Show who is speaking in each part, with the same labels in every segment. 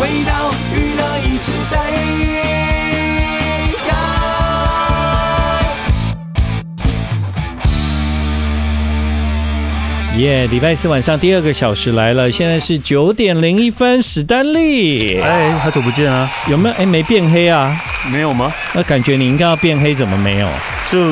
Speaker 1: 味道娱乐一时代。
Speaker 2: 耶、礼拜四晚上第二个小时来了，现在是九点零一分，史丹利
Speaker 3: 哎，好久不见啊！
Speaker 2: 有没有？哎、没变黑啊？
Speaker 3: 没有吗？
Speaker 2: 那感觉你应该要变黑，怎么没有？
Speaker 3: 就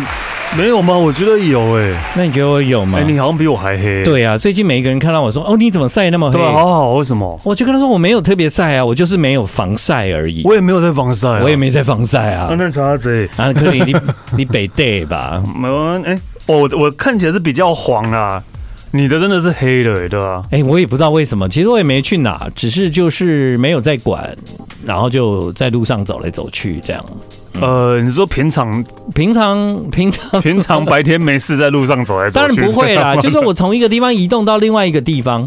Speaker 3: 没有吗？我觉得有哎、
Speaker 2: 那你觉得我有吗？
Speaker 3: 哎、你好像比我还黑。
Speaker 2: 对啊，最近每一个人看到我说，哦，你怎么晒那么黑？
Speaker 3: 对啊，好好，为什么？
Speaker 2: 我就跟他说我没有特别晒啊，我就是没有防晒而已，
Speaker 3: 我也没有在防晒、啊，
Speaker 2: 我也没在防晒
Speaker 3: 啊。
Speaker 2: 啊。
Speaker 3: 那啥子？
Speaker 2: 啊，可能你你北对吧？
Speaker 3: 没有哎，我我看起来是比较黄啦，你的真的是黑的、哎对吧、
Speaker 2: 哎、我也不知道为什么，其实我也没去哪，只是就是没有在管，然后就在路上走来走去这样。嗯
Speaker 3: 呃，你说 平常
Speaker 2: 平常平常
Speaker 3: 平常白天没事在路上走来走
Speaker 2: 当
Speaker 3: 去，
Speaker 2: 然不会
Speaker 3: 这样
Speaker 2: 啦，
Speaker 3: 吗
Speaker 2: 就是我从一个地方移动到另外一个地方。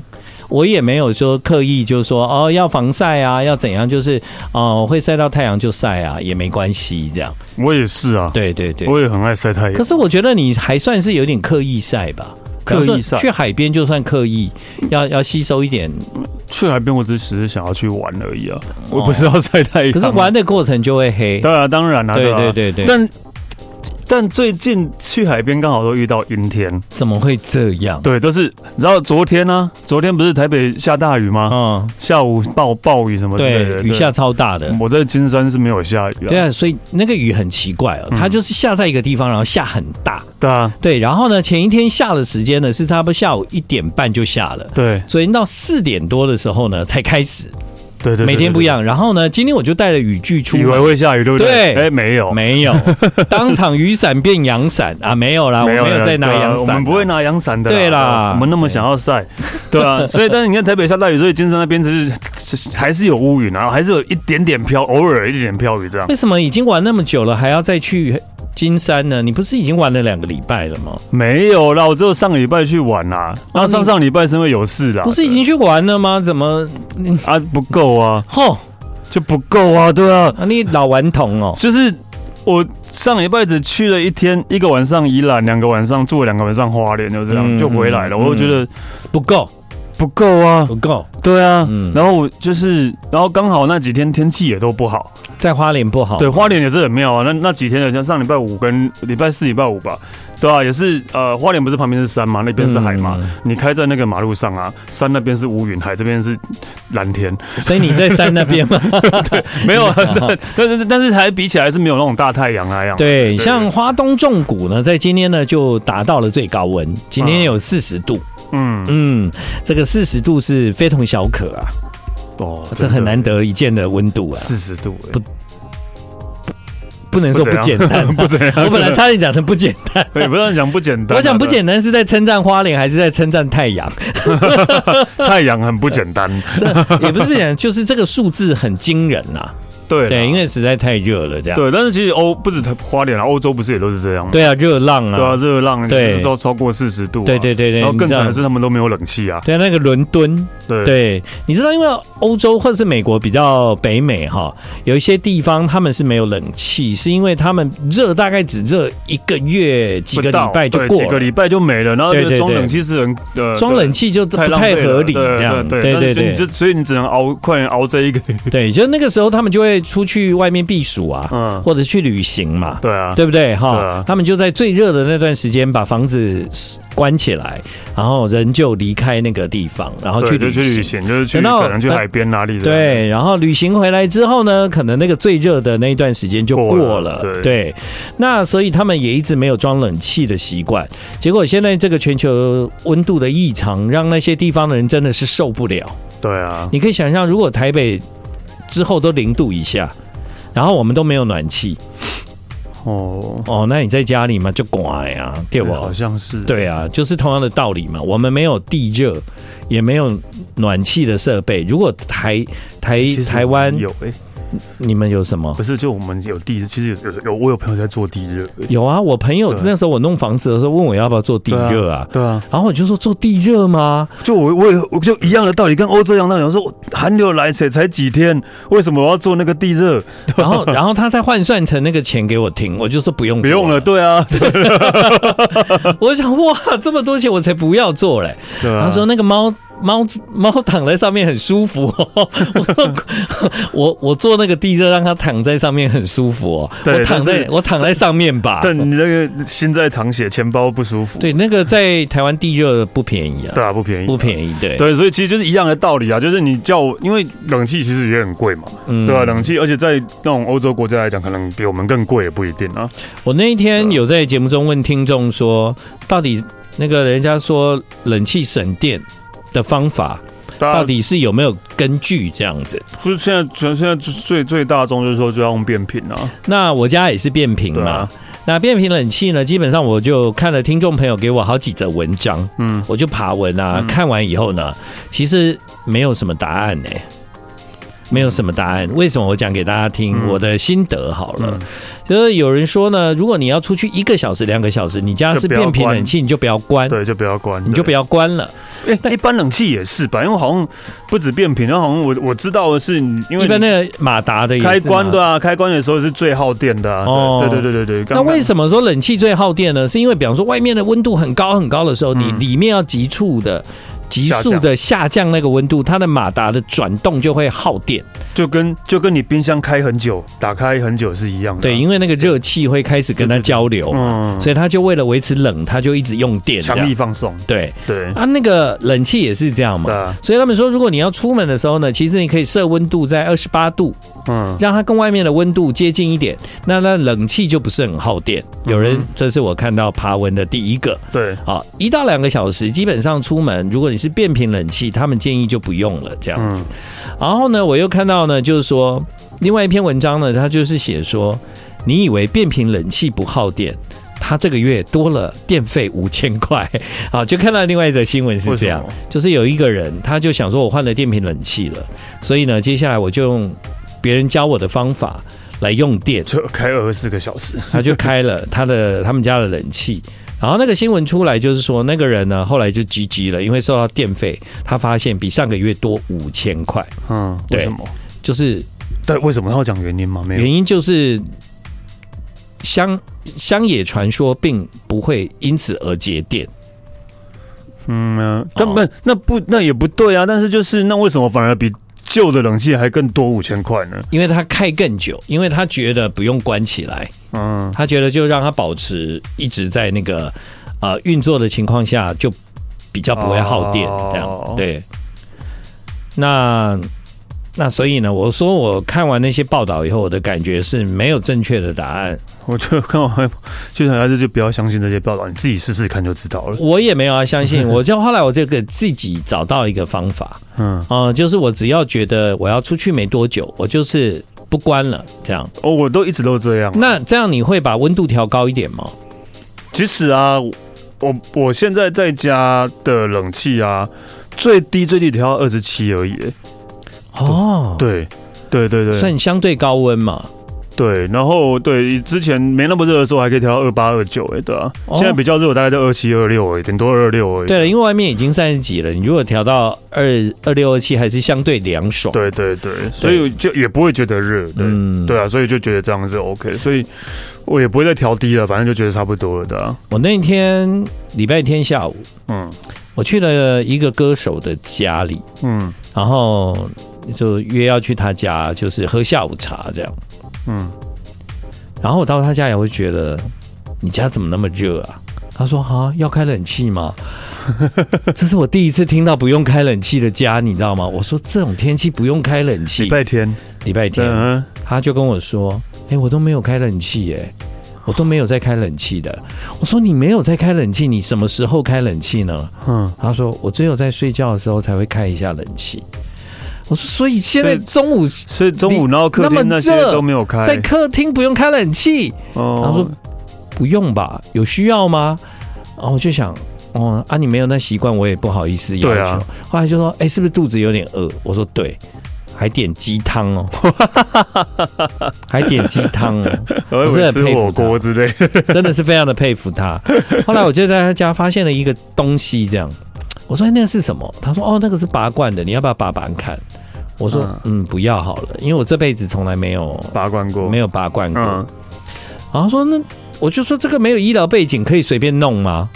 Speaker 2: 我也没有说刻意就说哦要防晒啊，要怎样，就是哦会晒到太阳就晒啊，也没关系这样。
Speaker 3: 我也是啊，
Speaker 2: 对对对。
Speaker 3: 我也很爱晒太阳
Speaker 2: 可。是我觉得你还算是有点刻意晒吧，
Speaker 3: 刻意晒
Speaker 2: 比方说去海边就算刻意，要要吸收一点。
Speaker 3: 去海边，我只是想要去玩而已啊，我
Speaker 2: 哦
Speaker 3: 不是要晒太阳。啊
Speaker 2: 可是玩的过程就会黑。
Speaker 3: 当然当然啦、啊，
Speaker 2: 对
Speaker 3: 吧
Speaker 2: 对对对，
Speaker 3: 但但最近去海边刚好都遇到阴天，
Speaker 2: 怎么会这样？
Speaker 3: 对，都是。你知道昨天呢、昨天不是台北下大雨吗？
Speaker 2: 嗯，
Speaker 3: 下午暴暴雨什么之
Speaker 2: 对
Speaker 3: 类的，，
Speaker 2: 雨
Speaker 3: 对嗯
Speaker 2: 下。超大的。
Speaker 3: 我在金山是没有下雨啊。
Speaker 2: 对啊，所以那个雨很奇怪哦，
Speaker 3: 嗯
Speaker 2: 它就是下在一个地方，然后下很大。
Speaker 3: 对啊，
Speaker 2: 对，然后呢，前一天下的时间呢是差不多下午一点半就下了，
Speaker 3: 对
Speaker 2: 所以到四点多的时候呢才开始，
Speaker 3: 对对对，
Speaker 2: 每天不一
Speaker 3: 样。
Speaker 2: 样。然后呢，今天我就带了雨具出
Speaker 3: 以为
Speaker 2: 门。
Speaker 3: 会下雨，对不对？
Speaker 2: 对
Speaker 3: 哎，没有，
Speaker 2: 没 有，当场雨伞变阳伞啊！没有啦，我没有在拿
Speaker 3: 对啊
Speaker 2: 阳伞、
Speaker 3: 我们不会。拿阳伞的。啊
Speaker 2: 对啦
Speaker 3: 我们那么想要晒，对啊。所以，但是你看台北下大雨，所以金山那边就是还是有乌云啊，还是有一点点飘，偶尔一点点飘雨这样。
Speaker 2: 为什么已经玩那么久了，还要再去金山呢？你不是已经玩了两个礼拜了吗？
Speaker 3: 没有啦，我只有上个礼拜去玩啦，然后上
Speaker 2: 哦你
Speaker 3: 上礼拜是因为有事啦，
Speaker 2: 不是已经去玩了吗？怎么，
Speaker 3: 啊不够啊，
Speaker 2: 吼，
Speaker 3: 就不够啊，对啊，
Speaker 2: 啊你老顽童哦，
Speaker 3: 就是我上礼拜只去了一天，一个晚上宜兰，两个晚上住了两个晚上花莲，就这样、
Speaker 2: 嗯
Speaker 3: 就回来了，
Speaker 2: 嗯
Speaker 3: 我就觉得
Speaker 2: 不够，
Speaker 3: 不够啊，
Speaker 2: 不够，
Speaker 3: 对啊，
Speaker 2: 嗯
Speaker 3: 然后我就是，然后刚好那几天天气也都不好，
Speaker 2: 在花莲不好。
Speaker 3: 对，花莲也是很妙啊，那那几天的像上礼拜五跟礼拜四、礼拜五吧。对啊，也是呃，花莲不是旁边是山嘛，那边是海嘛。
Speaker 2: 嗯
Speaker 3: 你开在那个马路上啊，山那边是乌云，海这边是蓝天，
Speaker 2: 所以你在山那边吗？
Speaker 3: 没有，啊但但是但是还比起来是没有那种大太阳那样。
Speaker 2: 对，像花东纵谷呢，在今天呢就达到了最高温，今天有四十度，
Speaker 3: 嗯，
Speaker 2: 嗯，这个四十度是非同小可啊，
Speaker 3: 哦
Speaker 2: 这很难得一见的温度啊，
Speaker 3: 四十度、欸，
Speaker 2: 不不能说不简单。
Speaker 3: 不怎样。
Speaker 2: 我本来差点讲成不 简单，
Speaker 3: 也不能讲不简单啊、
Speaker 2: 我讲不简单是在称赞花莲，还是在称赞太阳？
Speaker 3: 对太阳很不简单。啊
Speaker 2: 也不是不简单，就是这个数字很惊人呐、
Speaker 3: 对啦啊
Speaker 2: 对，因为实在太热了，这样。
Speaker 3: 对，但是其实欧不止花莲啊，欧洲不是也都是这样吗？
Speaker 2: 对啊，热浪
Speaker 3: 对啊，
Speaker 2: 啊，
Speaker 3: 热浪
Speaker 2: 对
Speaker 3: 就是都超过四十度、啊。
Speaker 2: 对对对对，
Speaker 3: 然后更
Speaker 2: 你知道
Speaker 3: 惨的是他们都没有冷气啊。
Speaker 2: 对啊，那个伦敦，
Speaker 3: 对
Speaker 2: 对，你知道，因为欧洲或者是美国比较北美哈，有一些地方他们是没有冷气，是因为他们热大概只热一个月几个
Speaker 3: 不
Speaker 2: 礼
Speaker 3: 到
Speaker 2: 拜就
Speaker 3: 对
Speaker 2: 过
Speaker 3: 几个
Speaker 2: 了，
Speaker 3: 礼拜就没了，然后
Speaker 2: 对
Speaker 3: 觉
Speaker 2: 对
Speaker 3: 得装
Speaker 2: 对
Speaker 3: 冷气是很呃
Speaker 2: 装冷气就不
Speaker 3: 对太浪
Speaker 2: 太
Speaker 3: 费了
Speaker 2: 合理
Speaker 3: 对
Speaker 2: 这样，
Speaker 3: 对
Speaker 2: 对对
Speaker 3: 但是就你
Speaker 2: 对
Speaker 3: 就所以你只能熬，快点熬这一个月。
Speaker 2: 对，就那个时候他们就会出去外面避暑啊，
Speaker 3: 嗯，
Speaker 2: 或者去旅行嘛。
Speaker 3: 对啊，
Speaker 2: 对不对
Speaker 3: 对
Speaker 2: 哈
Speaker 3: 啊？
Speaker 2: 他们就在最热的那段时间把房子关起来，然后人就离开那个地方，然后去
Speaker 3: 对，就
Speaker 2: 旅
Speaker 3: 去
Speaker 2: 行
Speaker 3: 旅。行，就是去
Speaker 2: 等到
Speaker 3: 可能去
Speaker 2: 等
Speaker 3: 海边哪里的。
Speaker 2: 对，然后旅行回来之后呢，可能那个最热的那一段时间就过了。
Speaker 3: 过了对
Speaker 2: 对，那所以他们也一直没有装冷气的习惯。结果现在这个全球温度的异常，让那些地方的人真的是受不了。
Speaker 3: 对啊，
Speaker 2: 你可以想象，如果台北之后都零度以下。然后我们都没有暖气
Speaker 3: 哦，
Speaker 2: 哦，那你在家里嘛就乖呀、对
Speaker 3: 对
Speaker 2: 不？
Speaker 3: 好像是。
Speaker 2: 对啊，就是同样的道理嘛。我们没有地热，也没有暖气的设备。如果台台
Speaker 3: 其实
Speaker 2: 台湾
Speaker 3: 有哎、
Speaker 2: 你们有什么？
Speaker 3: 不是就我们有地热，其实有有有我有朋友在做地热、欸，
Speaker 2: 有啊，我朋友
Speaker 3: 对
Speaker 2: 那时候我弄房子的时候问我要不要做地热啊，
Speaker 3: 对啊，
Speaker 2: 然后我就说做地热吗？
Speaker 3: 就我我也我就一样的道理，跟欧洲一样的道理，我说我寒流来才才几天，为什么我要做那个地热？
Speaker 2: 然后然后他再换算成那个钱给我听，我就说不用
Speaker 3: 啊不用
Speaker 2: 了。
Speaker 3: 了，对啊，
Speaker 2: 我想哇，这么多钱我才不要做嘞。
Speaker 3: 对啊
Speaker 2: 他说那个猫猫猫躺在上面很舒服哦， 我我我坐那个地热让它躺在上面很舒服哦，
Speaker 3: 对
Speaker 2: 我躺
Speaker 3: 但
Speaker 2: 在
Speaker 3: 是
Speaker 2: 我躺在上面吧，
Speaker 3: 但你那个心在淌血，钱包不舒服，
Speaker 2: 对，那个在台湾地热不便宜啊，
Speaker 3: 对啊，不便宜，
Speaker 2: 不便宜，对，
Speaker 3: 对，所以其实就是一样的道理啊，就是你叫我，因为冷气其实也很贵嘛，
Speaker 2: 嗯
Speaker 3: 对吧、啊冷气，而且在那种欧洲国家来讲，可能比我们更贵也不一定啊。
Speaker 2: 我那一天有在节目中问听众说，到底那个人家说冷气省电的方法，
Speaker 3: 大
Speaker 2: 到
Speaker 3: 家
Speaker 2: 底是有没有根据这样子？
Speaker 3: 不是啊现在全现在最最大众就是说就要用变频啊，
Speaker 2: 那我家也是变频
Speaker 3: 对
Speaker 2: 嘛。
Speaker 3: 啊
Speaker 2: 那变频冷气呢？基本上我就看了听众朋友给我好几则文章，
Speaker 3: 嗯，
Speaker 2: 我就爬文啊，
Speaker 3: 嗯
Speaker 2: 看完以后呢，其实没有什么答案呢、没有什么答案。为什么我讲给大家听、
Speaker 3: 嗯
Speaker 2: 我的心得好了？
Speaker 3: 嗯
Speaker 2: 就是有人说呢，如果你要出去一个小时、两个小时，你家是
Speaker 3: 就不要
Speaker 2: 变频
Speaker 3: 关
Speaker 2: 冷气，你就不要关，
Speaker 3: 对，就不要关，
Speaker 2: 你就不
Speaker 3: 要。
Speaker 2: 要关了。
Speaker 3: 哎、一般冷气也是吧，因为好像不止变频，然后好像我我知道的是，因为
Speaker 2: 一般那个马达的也是
Speaker 3: 开关
Speaker 2: 嘛
Speaker 3: 对。啊，开关的时候是最耗电的啊。
Speaker 2: 哦
Speaker 3: 对对对对对。
Speaker 2: 那为
Speaker 3: 么？
Speaker 2: 什么说冷气最耗电呢？是因为比方说外面的温度很高很高的时候，你
Speaker 3: 嗯
Speaker 2: 里面要急促的、急速的下降那个温度，它的马达的转动就会耗电。
Speaker 3: 就跟就跟你冰箱开很久，打开很久是一样的啊。
Speaker 2: 对，因为那个热气会开始跟它交流嘛，
Speaker 3: 嗯，
Speaker 2: 所以它就为了维持冷，它就一直用电这样。
Speaker 3: 强力放送，
Speaker 2: 对
Speaker 3: 对
Speaker 2: 啊，那个冷气也是这样
Speaker 3: 对
Speaker 2: 嘛。
Speaker 3: 啊，
Speaker 2: 所以他们说，如果你要出门的时候呢，其实你可以设温度在二十八度，
Speaker 3: 嗯，
Speaker 2: 让它跟外面的温度接近一点，那那冷气就不是很耗电。有人
Speaker 3: 嗯哼，
Speaker 2: 这是我看到爬文的第一个。
Speaker 3: 对，
Speaker 2: 好，一到两个小时，基本上出门，如果你是变频冷气，他们建议就不用了这样子。
Speaker 3: 嗯，
Speaker 2: 然后呢，我又看到呢，就是说另外一篇文章呢，它就是写说，你以为变频冷气不耗电，它这个月多了电费五千块。 好，就看到另外一则新闻是
Speaker 3: 为
Speaker 2: 这
Speaker 3: 什
Speaker 2: 样
Speaker 3: 么，？
Speaker 2: 就是有一个人他就想说，我换了电瓶冷气了，所以呢，接下来我就用别人教我的方法来用电。
Speaker 3: 就开二十四个小时，
Speaker 2: 他就开了他的 他们家的冷气。然后那个新闻出来，就是说那个人呢，后来就 GG 了，因为受到电费，他发现比上个月多五千块，
Speaker 3: 嗯，
Speaker 2: 对
Speaker 3: 为什么？
Speaker 2: 就是
Speaker 3: 对，为什么他要讲原因吗？没有
Speaker 2: 原，因就是乡乡野传说并不会因此而节电，
Speaker 3: 嗯，呃根
Speaker 2: 哦
Speaker 3: 本那不那也不对啊，但是就是那为什么反而比旧的冷气还更多五千块呢？
Speaker 2: 因为他开更久，因为他觉得不用关起来，
Speaker 3: 嗯，
Speaker 2: 他觉得就让它保持一直在那个呃运作的情况下，就比较不会耗电，
Speaker 3: 哦
Speaker 2: 这样对。那那所以呢，我说我看完那些报道以后，我的感觉是没有正确的答案，
Speaker 3: 我就 看完就想还是就不要相信这些报道，你自己试试看就知道了。
Speaker 2: 我也没有要啊相信。我就后来我这个自己找到一个方法，
Speaker 3: 嗯，
Speaker 2: 呃，就是我只要觉得我要出去没多久，我就是不关了这样。
Speaker 3: 哦，我都一直都这样啊。
Speaker 2: 那这样你会把温度调高一点吗？
Speaker 3: 其实啊，我我我现在在家的冷气啊，最低最低调到二十七而已。欸
Speaker 2: 哦，
Speaker 3: 对，对对对，
Speaker 2: 算相对高温嘛。
Speaker 3: 对，然后对之前没那么热的时候还可以调到二八二九，哎，对啊，
Speaker 2: 哦
Speaker 3: 现在比较热，我大概在二七二六而已，顶多二六而已。
Speaker 2: 对了，因为外面已经三十几了，你如果调到二二六二七，还是相对凉爽。，
Speaker 3: 对对对，所以就也不会觉得热，对、
Speaker 2: 嗯
Speaker 3: 对啊，所以就觉得这样是 OK，所以我也不会再调低了，反正就觉得差不多了的、啊。
Speaker 2: 我那天礼拜天下午，
Speaker 3: 嗯
Speaker 2: 我去了一个歌手的家里，
Speaker 3: 嗯
Speaker 2: 然后就约要去他家，就是喝下午茶这样。
Speaker 3: 嗯，
Speaker 2: 然后我到他家也会觉得，你家怎么那么热啊？他说：“啊，要开冷气 吗？”这是我第一次听到不用开冷气的家，你知道吗？我说这种天气不用开冷气。
Speaker 3: 礼拜天，
Speaker 2: 礼拜天，
Speaker 3: 嗯，
Speaker 2: 他就跟我说：“哎、我都没有开冷气耶、我都没有在开冷气的。”我说：“你没有在开冷气，你什么时候开冷气呢
Speaker 3: 嗯，？”
Speaker 2: 他说：“我只有在睡觉的时候才会开一下冷气。”我说：“所以现在
Speaker 3: 所以
Speaker 2: 中午
Speaker 3: 所以中午然后客厅那些
Speaker 2: 那么热
Speaker 3: 都没有开，
Speaker 2: 在客厅不用开冷气？”他
Speaker 3: 哦
Speaker 2: 说，：“不用吧，有需要吗？”然后我就想。哦啊，你没有那习惯，我也不好意思要求。
Speaker 3: 对啊
Speaker 2: 后来就说，哎、是不是肚子有点饿？我说对，还点鸡汤 哦，还点鸡汤哦。
Speaker 3: 我以
Speaker 2: 我是
Speaker 3: 为
Speaker 2: 很
Speaker 3: 吃
Speaker 2: 佩服
Speaker 3: 火锅之类的，
Speaker 2: 真的是非常的佩服他。后来我就在他家发现了一个东西，这样，我说哎那个是什么？他说哦，那个是拔罐的，你要不要拔拔看？我说嗯，不要好了，因为我这辈子从来没有
Speaker 3: 拔罐过
Speaker 2: 没
Speaker 3: 有？
Speaker 2: 有拔罐过。
Speaker 3: 嗯，
Speaker 2: 然后说那我就说这哦个没有医疗背景，可以随便弄吗？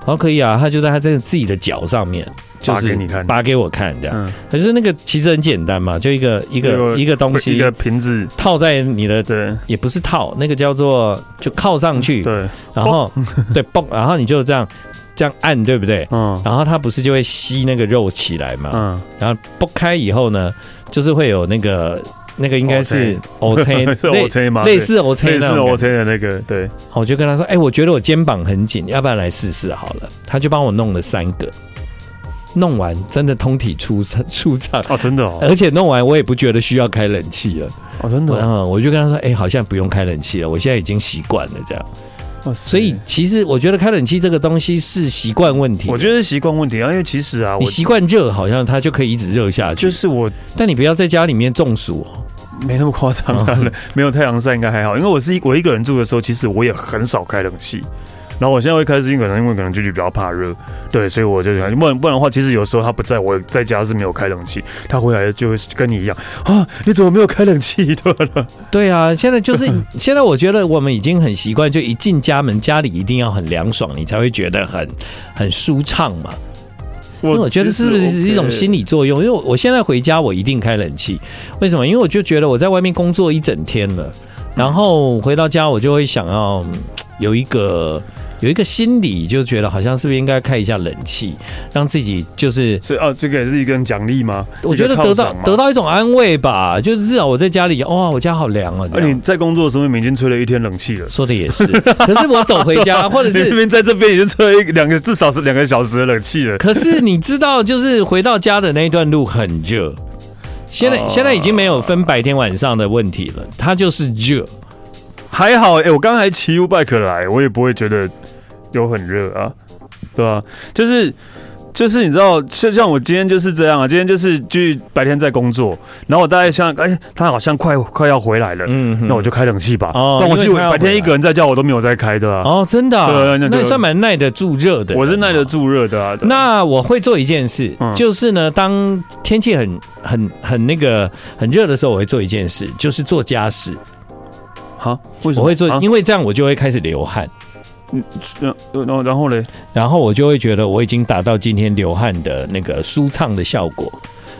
Speaker 2: 然后可以啊，他就在他这个自己的脚上面就
Speaker 3: 拔
Speaker 2: 是
Speaker 3: 给你看
Speaker 2: 拔给我看这样。
Speaker 3: 嗯，
Speaker 2: 可是那个其实很简单嘛，就一个一个一个东
Speaker 3: 一
Speaker 2: 西
Speaker 3: 个瓶子，
Speaker 2: 套在你的，
Speaker 3: 对
Speaker 2: 也不是套，那个叫做就靠上去，
Speaker 3: 对，
Speaker 2: 然后
Speaker 3: 哦
Speaker 2: 对蹦，然后你就这样这样按，对不对？
Speaker 3: 嗯
Speaker 2: 然后它不是就会吸那个肉起来嘛？
Speaker 3: 嗯，
Speaker 2: 然后剥开以后呢，就是会有那个那个应该是 O C
Speaker 3: 是 OK 吗？
Speaker 2: 类似 O
Speaker 3: 对
Speaker 2: C
Speaker 3: 类似
Speaker 2: 那种感
Speaker 3: OK
Speaker 2: 觉。
Speaker 3: 的那个，对，
Speaker 2: 我就跟他说：“哎、我觉得我肩膀很紧，要不然来试试好了。”他就帮我弄了三个，弄完真的通体舒畅舒畅，
Speaker 3: 哦，真的哦，
Speaker 2: 而且弄完我也不觉得需要开冷气了。
Speaker 3: 哦，真的
Speaker 2: 然
Speaker 3: 哦，
Speaker 2: 后呃我就跟他说：“哎、好像不用开冷气了，我现在已经习惯了这样。”
Speaker 3: 哇塞
Speaker 2: 所以其实我觉得开冷气这个东西是习惯问题。
Speaker 3: 我觉得是习惯问题啊，因为其实啊，
Speaker 2: 你
Speaker 3: 我
Speaker 2: 习惯热，好像它就可以一直热下去。
Speaker 3: 就是我
Speaker 2: 但你不要在家里面中暑哦。
Speaker 3: 没那么夸张啊，
Speaker 2: 嗯
Speaker 3: 没有太阳晒应该还好，因为我是一我一个人住的时候，其实我也很少开冷气。然后我现在会开始，因为可能因为可能舅舅比较怕热，对，所以我就想，不然不然的话，其实有时候他不在我在家是没有开冷气，他回来就会跟你一样啊，你怎么没有开冷气？ 对了，
Speaker 2: 对啊，现在就是 现在，我觉得我们已经很习惯，就一进家门，家里一定要很凉爽，你才会觉得很很舒畅嘛。因为我觉得是不是一种心
Speaker 3: 理？
Speaker 2: 理作用？因为我现在回家，我一定开冷气。为什么？因为我就觉得我在外面工作一整天了，然后回到家，我就会想要嗯有一个有一个心理，就觉得好像是不是应该开一下冷气，让自己就是
Speaker 3: 所以哦，这个也是一根奖励吗？
Speaker 2: 我觉得
Speaker 3: 一个
Speaker 2: 得
Speaker 3: 犒
Speaker 2: 到
Speaker 3: 赏吗
Speaker 2: 得。到一种安慰吧，就是至少我在家里，哇，我家好凉啊！这
Speaker 3: 而
Speaker 2: 样
Speaker 3: 你在工作的时候，你们已经吹了一天冷气了，
Speaker 2: 说的也是，可是我走回 家，或者
Speaker 3: 你明
Speaker 2: 是。
Speaker 3: 明在这边已经吹了一两个至少是两个小时的冷气了。
Speaker 2: 可是你知道，就是回到家的那一段路很热，现在、
Speaker 3: 哦
Speaker 2: 现在已经没有分白天晚上的问题了，它就是热。
Speaker 3: 还好，哎、我刚才骑 U bike 来，我也不会觉得有很热啊，对啊，就是就是你知道，就像我今天就是这样啊，今天就是去白天在工作，然后我大概想，哎、他好像快快要回来了，
Speaker 2: 嗯哼，
Speaker 3: 那我就开冷气吧。
Speaker 2: 哦
Speaker 3: 那我记
Speaker 2: 因
Speaker 3: 得
Speaker 2: 为他要
Speaker 3: 白天一个人在家我都没有在开的啊，
Speaker 2: 哦，真的啊、
Speaker 3: 对那就
Speaker 2: 那你算蛮耐得住热的。啊
Speaker 3: 我是耐得。住热的啊。对
Speaker 2: 那我会做一件事，
Speaker 3: 嗯
Speaker 2: 就是呢，当天气很很很那个很热的时候，我会做一件事，就是做家事。
Speaker 3: 好，为什么
Speaker 2: 我会做，
Speaker 3: 啊
Speaker 2: 因为这样我就会开始流汗，
Speaker 3: 然后然后嘞，
Speaker 2: 然后我就会觉得我已经达到今天流汗的那个舒畅的效果，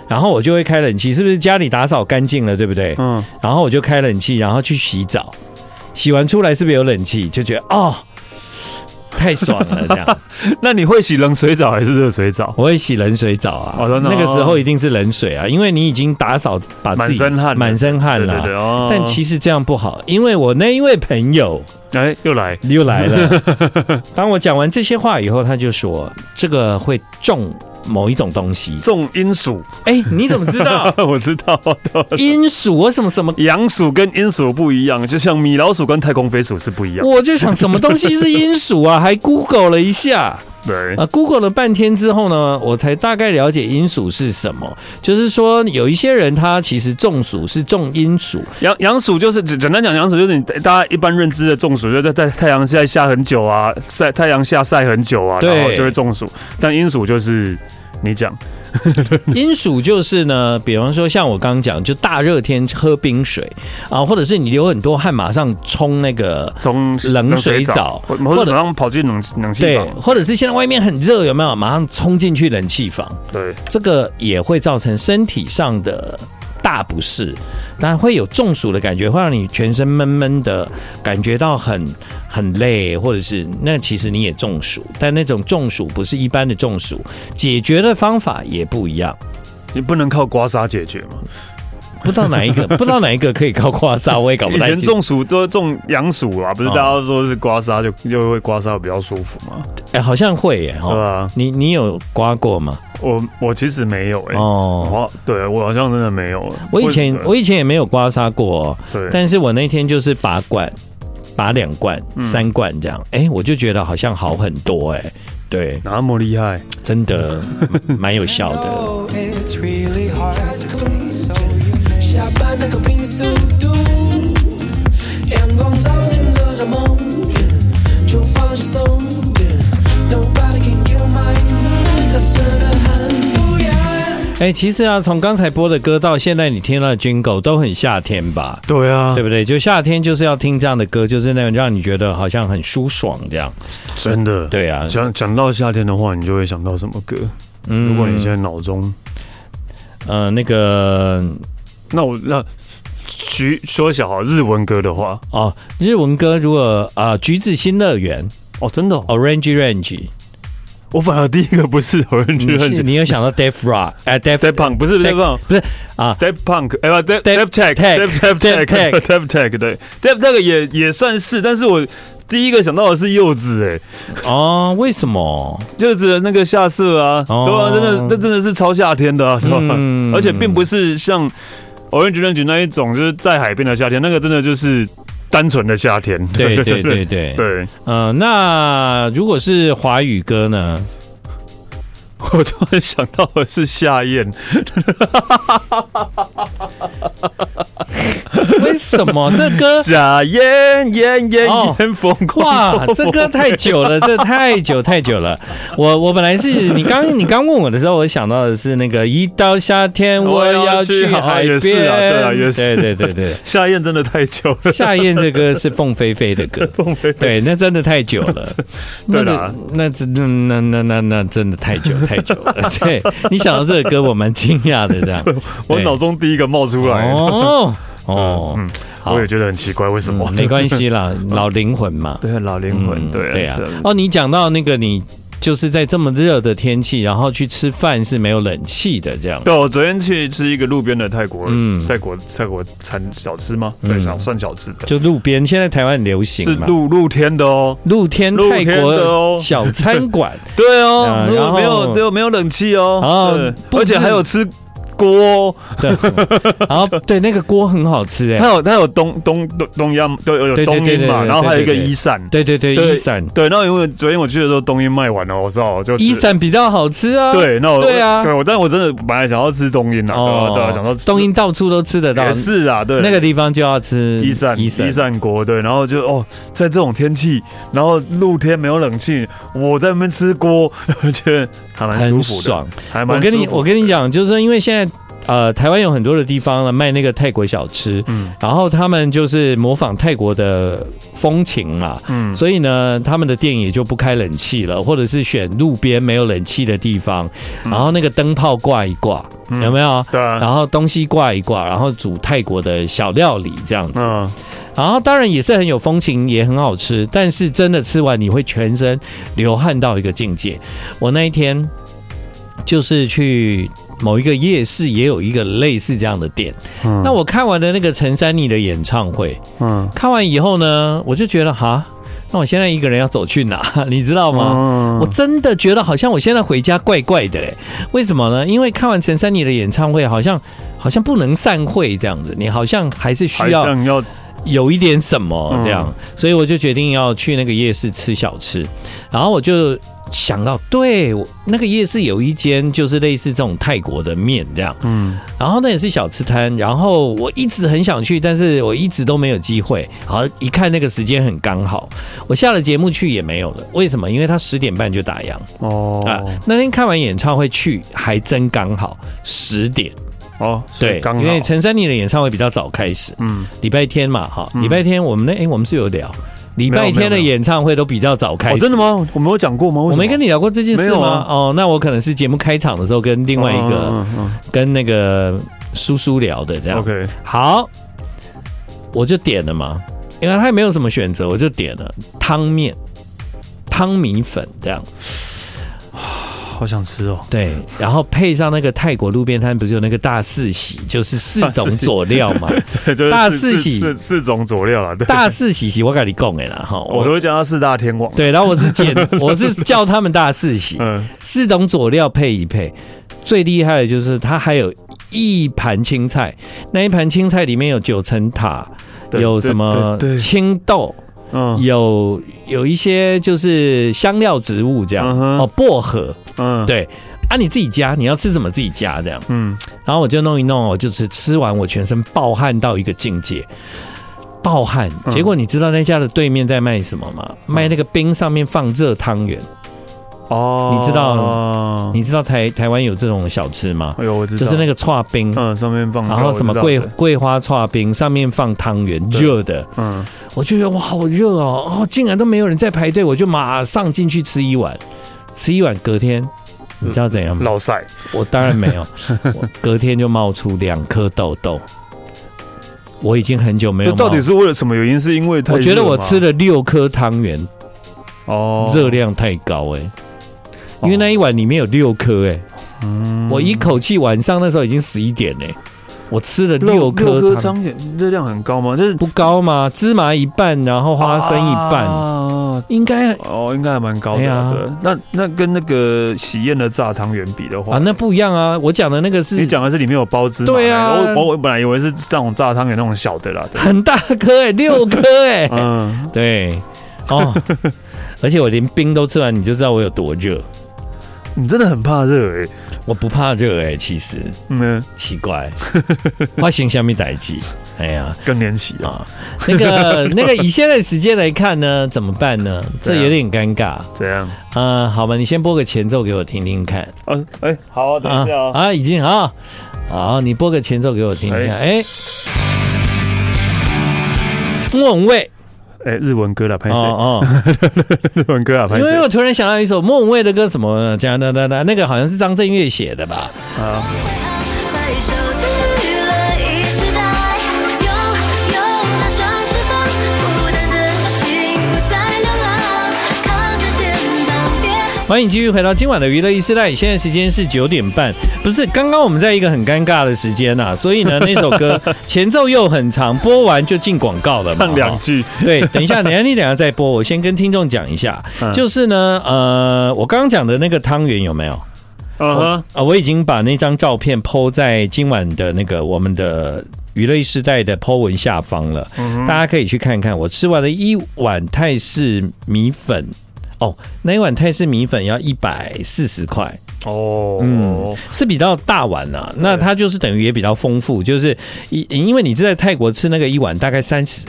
Speaker 2: 然后我就会开冷气，是不是家里打扫干净了，对不对？
Speaker 3: 嗯，
Speaker 2: 然后我就开冷气，然后去洗澡，洗完出来是不是有冷气？就觉得哦，太爽了这 样。
Speaker 3: 那你会洗冷水澡还是热水澡？
Speaker 2: 我会洗冷水澡啊，
Speaker 3: 哦真的哦
Speaker 2: 那个时候一定是冷水啊，因为你已经打扫把自己
Speaker 3: 满身汗了
Speaker 2: 满身汗
Speaker 3: 对
Speaker 2: 了、
Speaker 3: 对对哦。
Speaker 2: 但其实这样不好，因为我那一位朋友
Speaker 3: 哎又来，
Speaker 2: 又来了。 当我讲完这些话以后，他就说这个会中某一种东 西。
Speaker 3: 重阴暑，
Speaker 2: 哎、你怎么知 道
Speaker 3: 我知道。
Speaker 2: 阴鼠？我什么 什么？
Speaker 3: 羊鼠跟阴鼠不一样，就像米老鼠跟太空飞鼠是不一样。
Speaker 2: 我就想什么东西是阴鼠啊？还 Google 了一下。
Speaker 3: 对，
Speaker 2: 啊，Google 了半天之后呢，我才大概了解阴暑是什么。就是说，有一些人他其实中暑是中阴暑，
Speaker 3: 羊羊鼠就是简简单讲，羊鼠就是你大家一般认知的中暑，就在在太阳下下很久啊，晒太阳下晒很久啊，
Speaker 2: 对
Speaker 3: 然后就会中暑。但阴鼠就是你讲，
Speaker 2: 阴暑就是呢，比方说像我刚刚讲，就大热天喝冰水啊，或者是你流很多汗，马上冲那个。
Speaker 3: 从
Speaker 2: 冷水澡
Speaker 3: 或或
Speaker 2: 或
Speaker 3: 者
Speaker 2: 者
Speaker 3: 马上跑进冷冷气
Speaker 2: 对，
Speaker 3: 房，
Speaker 2: 或者是现在外面很热，有没有？马上冲进去冷气房，
Speaker 3: 对，
Speaker 2: 这个也会造成身体上的大不适，但会有中暑的感觉，会让你全身闷闷的，感觉到很很累，或者是那其实你也中暑，但那种中暑不是一般的中暑，解决的方法也不一样。
Speaker 3: 你不能靠刮痧解决嘛。
Speaker 2: 不知道哪一个，不知道哪一个可以靠刮痧，哦我也哦搞不
Speaker 3: 以
Speaker 2: 太
Speaker 3: 前
Speaker 2: 清。
Speaker 3: 中暑都中羊鼠啊，不是大家都说是刮痧就就会刮痧比较舒服嘛，
Speaker 2: 哎、好像会耶，
Speaker 3: 对
Speaker 2: 哦，
Speaker 3: 吧？
Speaker 2: 你你有刮过吗？
Speaker 3: 我我其实没有哎、
Speaker 2: 哦，
Speaker 3: 我对我好像真的没有。
Speaker 2: 我以前我以前也没有刮痧过、哦，
Speaker 3: 对，
Speaker 2: 但是我那天就是拔罐，拔两罐、
Speaker 3: 嗯
Speaker 2: 三罐这样，哎、我就觉得好像好很多哎、对，
Speaker 3: 哪那么厉害？
Speaker 2: 真的蛮蛮有效的。
Speaker 1: Oh, it's really hard.
Speaker 4: So 下班那个拼速度，阳光照进这场梦，就放轻松。Nobody can kill my mood，它真的很不一样。
Speaker 2: 哎、其实啊，从刚才播的歌到现在你听到的 Jingle 都很夏天吧，
Speaker 3: 对啊
Speaker 2: 对，不对？就夏天就是要听这样的歌，就是那种让你觉得好像很舒爽这样。
Speaker 3: 真的。
Speaker 2: 对啊，
Speaker 3: 讲讲到夏天的话，你就会想到什么歌？
Speaker 2: 嗯
Speaker 3: 如果你现在脑中，
Speaker 2: 呃那个
Speaker 3: 那我那举缩小好日文歌的话，
Speaker 2: 哦，日文歌如果啊、橘子新乐园
Speaker 3: 哦，真的、哦，
Speaker 2: Orange Range，
Speaker 3: 我反而第一个不是有人
Speaker 2: 你
Speaker 3: 去很
Speaker 2: 是你有想到 Def Rock 哎 Def
Speaker 3: Dead Punk，不是 Dead Punk。
Speaker 2: 不是啊
Speaker 3: Dead Punk，哎不，Dead
Speaker 2: Def
Speaker 3: Dead Tech
Speaker 2: Tech
Speaker 3: Dev Dev
Speaker 2: Def Tech
Speaker 3: Dev Tech，对，Dev Tech 也也算是，但是我第一个想到的是柚子，哎，
Speaker 2: 哦，为什么？
Speaker 3: 柚子的那个下色啊，
Speaker 2: 哦
Speaker 3: 对啊，真的，那真的是超夏天的啊，对吧？
Speaker 2: 嗯
Speaker 3: 而且并不是像 Orange Range 那一种，就是在海边的夏天，那个真的就是单纯的夏天。
Speaker 2: 对对对对，
Speaker 3: 对，
Speaker 2: 呃，那如果是华语歌 呢？
Speaker 3: 我突然想到的是夏宴，
Speaker 2: 为什么这歌？
Speaker 3: 夏宴宴宴
Speaker 2: 哦
Speaker 3: 宴风光。
Speaker 2: 哇，这歌太久了，这太久太久了。我我本来是你 刚你刚问我的时候，我想到的是那个一到夏天我
Speaker 3: 我要
Speaker 2: 要去
Speaker 3: 去海
Speaker 2: 海
Speaker 3: 也
Speaker 2: 边，
Speaker 3: 是啊对啊也是
Speaker 2: 对对对对。
Speaker 3: 夏宴真的太久 了，
Speaker 2: 夏宴这歌是凤飞飞的歌，
Speaker 3: 凤飞飞
Speaker 2: 对，那真的太久了。 那
Speaker 3: 对啦
Speaker 2: 个那真那那那那那真的太久太久了。 对你想到这个歌，我蛮惊讶的，这样。
Speaker 3: 我
Speaker 2: 对
Speaker 3: 脑中第一个冒出来，
Speaker 2: 哦哦，
Speaker 3: 嗯
Speaker 2: 好
Speaker 3: 我也觉得很奇怪，为什么？
Speaker 2: 嗯没关系啦，老灵魂嘛。
Speaker 3: 对，老灵魂，对
Speaker 2: 对啊
Speaker 3: 这样。
Speaker 2: 哦，你讲到那个你。就是在这么热的天气，然后去吃饭是没有冷气的，这样
Speaker 3: 对，我昨天去吃一个路边的泰国、
Speaker 2: 嗯
Speaker 3: 泰国泰国餐小吃吗？对，小算小吃的，
Speaker 2: 就路边。现在台湾很流
Speaker 3: 是
Speaker 2: 行嘛，
Speaker 3: 露露天的哦。
Speaker 2: 露天
Speaker 3: 露
Speaker 2: 泰
Speaker 3: 天的
Speaker 2: 国
Speaker 3: 哦
Speaker 2: 小餐 馆，
Speaker 3: 对哦，
Speaker 2: 啊
Speaker 3: 如
Speaker 2: 然
Speaker 3: 果
Speaker 2: 后
Speaker 3: 没有对没有冷气
Speaker 2: 啊
Speaker 3: 哦，对
Speaker 2: 不
Speaker 3: 而且
Speaker 2: 是
Speaker 3: 还有吃锅，哦
Speaker 2: 对，然后对那个锅很好吃哎
Speaker 3: 它，有它有东东东东央对有
Speaker 2: 对对
Speaker 3: 有东
Speaker 2: 对
Speaker 3: 阴
Speaker 2: 对
Speaker 3: 嘛，
Speaker 2: 对
Speaker 3: 然后还有一个
Speaker 2: 对对对
Speaker 3: 伊善，
Speaker 2: 对对对，
Speaker 3: 对
Speaker 2: 伊散
Speaker 3: 对，那因为昨天我去的时候东阴卖完了，我知道我就
Speaker 2: 伊。散比较好吃啊，
Speaker 3: 对，那我
Speaker 2: 对啊哦
Speaker 3: 对我，但我真的本来想要吃东阴啊，对啊对啊，想到吃
Speaker 2: 东英到处都吃得到
Speaker 3: 也，是啊，对，
Speaker 2: 那个地方就要吃
Speaker 3: 伊善
Speaker 2: 伊
Speaker 3: 伊
Speaker 2: 散
Speaker 3: 善国对，然后就哦，在这种天气，然后露天没有冷气，我在那边吃锅， 觉得还蛮舒
Speaker 2: 很
Speaker 3: 服的，
Speaker 2: 爽。
Speaker 3: 还
Speaker 2: 我
Speaker 3: 蛮舒
Speaker 2: 跟
Speaker 3: 服
Speaker 2: 你我跟你讲，就是说因为现在呃台湾有很多的地方呢卖那个泰国小吃，
Speaker 3: 嗯
Speaker 2: 然后他们就是模仿泰国的风情嘛，
Speaker 3: 嗯
Speaker 2: 所以呢，他们的店也就不开冷气了，或者是选路边没有冷气的地方，然后那个灯泡挂一挂，有没有？
Speaker 3: 嗯对啊，
Speaker 2: 然后东西挂一挂，然后煮泰国的小料理这样子，
Speaker 3: 嗯
Speaker 2: 然后当然也是很有风情，也很好吃，但是真的吃完你会全身流汗到一个境界。我那一天就是去某一个夜市，也有一个类似这样的店。
Speaker 3: 嗯
Speaker 2: 那我看完了那个陈珊妮的演唱会，
Speaker 3: 嗯
Speaker 2: 看完以后呢，我就觉得哈，那我现在一个人要走去哪， 你知道吗？
Speaker 3: 嗯
Speaker 2: 我真的觉得好像我现在回家怪怪的、欸，为什么呢？因为看完陈珊妮的演唱会，好像好像不能散会这样子，你好像还是需
Speaker 3: 还
Speaker 2: 要
Speaker 3: 想要
Speaker 2: 有一点什么
Speaker 3: 嗯
Speaker 2: 这样，所以我就决定要去那个夜市吃小吃，然后我就想到，对，我那个夜市有一间就是类似这种泰国的面这样，
Speaker 3: 嗯
Speaker 2: 然后那也是小吃摊，然后我一直很想去，但是我一直都没有机会。好，一看那个时间很刚好，我下了节目去也没有了，为什么？因为他十点半就打烊啊
Speaker 3: 哦，
Speaker 2: 那天看完演唱会去还真刚好十点，
Speaker 3: 哦所以
Speaker 2: 对，
Speaker 3: 刚好
Speaker 2: 因为陈珊妮的演唱会比较早开始。
Speaker 3: 嗯
Speaker 2: 礼拜天嘛，哈，
Speaker 3: 嗯
Speaker 2: 礼拜天我们那哎、我们是有聊，礼拜天的演唱会都比较早开始。
Speaker 3: 哦真的？吗？我没有讲过吗？
Speaker 2: 我没跟
Speaker 3: 你
Speaker 2: 你聊过这件事
Speaker 3: 没有
Speaker 2: 吗？
Speaker 3: 啊
Speaker 2: 哦，那我可能是节目开场的时候跟另外一个、
Speaker 3: 嗯
Speaker 2: 跟那个叔叔聊的这样。
Speaker 3: OK
Speaker 2: 好，我就点了嘛，因为他也没有什么选择，我就点了汤面、汤米粉这样。
Speaker 3: 好想吃哦，
Speaker 2: 对，然后配上那个泰国路边摊，不是有那个大四喜，就是四种佐料嘛。
Speaker 3: 对， 就是
Speaker 2: 大
Speaker 3: 四
Speaker 2: 四喜
Speaker 3: 四四种佐料啊，对，
Speaker 2: 大四喜喜我跟你讲的啦，哈，
Speaker 3: 我都会叫它四大天王，
Speaker 2: 对，然后我是 简，我是叫他们大四喜，
Speaker 3: 嗯
Speaker 2: 四种佐料配一配。最厉害的就是它还有一盘青菜，那一盘青菜里面有九层塔，
Speaker 3: 对
Speaker 2: 有
Speaker 3: 对
Speaker 2: 什么
Speaker 3: 对对
Speaker 2: 青豆，
Speaker 3: 嗯
Speaker 2: 有有一些就是香料植物这样，
Speaker 3: 嗯哼
Speaker 2: 哦，薄荷，
Speaker 3: 嗯
Speaker 2: 对。啊，你自己加，你要吃什么自己加这样。
Speaker 3: 嗯
Speaker 2: 然后我就弄一弄，我哦就吃吃完，我全身暴汗到一个境界，暴汗。
Speaker 3: 嗯
Speaker 2: 结果你知道那家的对面在卖什么吗？卖那个冰上面放热汤圆。
Speaker 3: 嗯哦，
Speaker 2: 你知道你知道台台湾有这种小吃吗？
Speaker 3: 哎呦，我知道，
Speaker 2: 就是那个串冰，
Speaker 3: 嗯，上面放，
Speaker 2: 然后什么
Speaker 3: 我知道
Speaker 2: 桂
Speaker 3: 对
Speaker 2: 桂花串冰，上面放汤圆，
Speaker 3: 对
Speaker 2: 热的。
Speaker 3: 嗯，
Speaker 2: 我就觉得哇，好热哦！哦，竟然都没有人在排队，我就马上进去吃一碗，吃一碗，隔天你知道怎样吗？
Speaker 3: 老塞，
Speaker 2: 我当然没 有，我隔天就冒出两颗痘痘。我已经很久没有
Speaker 3: 这
Speaker 2: 冒，
Speaker 3: 到底是为了什么原因？是因为太
Speaker 2: 我觉得
Speaker 3: 热
Speaker 2: 我
Speaker 3: 吗
Speaker 2: 吃了六颗汤圆，
Speaker 3: 哦
Speaker 2: 热量太高哎、因为那一碗里面有六颗哎、
Speaker 3: 嗯
Speaker 2: 我一口气晚上那时候已经十一点嘞、我吃了
Speaker 3: 六
Speaker 2: 六颗汤，
Speaker 3: 汤圆热量很高吗？就是
Speaker 2: 不高吗？芝麻一半，然后花生一半，
Speaker 3: 啊
Speaker 2: 应该
Speaker 3: 哦，应该还蛮高
Speaker 2: 哎
Speaker 3: 的
Speaker 2: 呀
Speaker 3: 啊。对，那那跟那个喜宴的炸汤圆比的话
Speaker 2: 啊，那不一样啊。我讲的那个
Speaker 3: 你
Speaker 2: 是
Speaker 3: 讲的是里面有包芝麻，
Speaker 2: 对啊
Speaker 3: 我我我本来以为是这种炸汤圆那种小的啦，对，
Speaker 2: 很大颗哎、六颗 哎、
Speaker 3: 嗯，
Speaker 2: 对， 哦，而且我连冰都吃完，你就知道我有多热。
Speaker 3: 你真的很怕热哎、欸，
Speaker 2: 我不怕热哎、其实
Speaker 3: 嗯，
Speaker 2: 奇怪，花型下面代际，哎呀。
Speaker 3: 更年期啊，
Speaker 2: 啊，那 个那个，以现在的时间来看呢，怎么办呢？这
Speaker 3: 怎样
Speaker 2: 有点尴尬。
Speaker 3: 怎样？
Speaker 2: 嗯、好吧，你先播个前奏给我听听看。
Speaker 3: 啊，哎、好、啊，等一下哦、
Speaker 2: 啊，已经啊，好，你播个前奏给我听听看。哎、莫文蔚，
Speaker 3: 哎、日文歌啦，拍
Speaker 2: 哦
Speaker 3: 谁？
Speaker 2: 哦，
Speaker 3: 日文歌啦，拍
Speaker 2: 因为
Speaker 3: 谁？
Speaker 2: 我突然想到一首莫文蔚的歌，什么这样哒哒哒，那个好像是张震岳写的吧？
Speaker 3: 啊，
Speaker 5: 白手抵御了一时代，有有那双翅膀，孤单的心不再流浪，扛着肩膀别。
Speaker 2: 欢迎继续回到今晚的娱乐一时代，现在时间是九点半，不是刚刚我们在一个很尴尬的时间呐、啊，所以呢，那首歌前奏又很长，播完就进广告了嘛，
Speaker 3: 唱两句，
Speaker 2: 对，等一下，等一下，你等一下再播。我先跟听众讲一下，
Speaker 3: 嗯
Speaker 2: 就是呢，呃，我刚刚讲的那个汤圆有没有？
Speaker 3: 嗯
Speaker 2: 我
Speaker 3: 哼
Speaker 2: 啊、，我已经把那张照片 PO 在今晚的那个我们的娱乐时代的 PO 文下方了，大家可以去看看。我吃完了一碗泰式米粉，哦，那一碗泰式米粉要一百四十块。
Speaker 3: 哦，
Speaker 2: 嗯是比较大碗呐、啊，那它就是等于也比较丰富，就是因因为你是在泰国吃那个一碗大概三十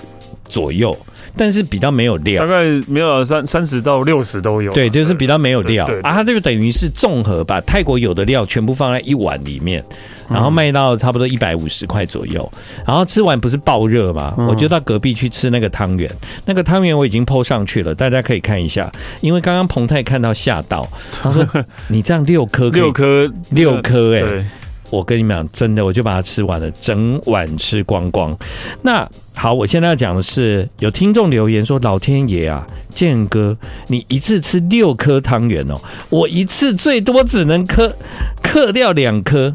Speaker 2: 左右，但是比较没有料
Speaker 3: 大，概没有三三十到六十都有啊，
Speaker 2: 对，就是比较没有料
Speaker 3: 对对对
Speaker 2: 啊，它这个等于是综合把泰国有的料全部放在一碗里面，
Speaker 3: 嗯
Speaker 2: 然后卖到差不多一百五十块左右，然后吃完不是爆热嘛，
Speaker 3: 嗯
Speaker 2: 我就到隔壁去吃那个汤圆，那个汤圆我已经 PO 上去了，大家可以看一下，因为刚刚彭泰看到吓到，他 说你这样六颗可以
Speaker 3: 六颗
Speaker 2: 六颗哎、
Speaker 3: 对，
Speaker 2: 我跟你们讲，真的，我就把它吃完了，整碗吃光光。那好，我现在要讲的是，有听众留言说：“老天爷啊，健哥，你一次吃六颗汤圆哦，我一次最多只能 克克掉两颗。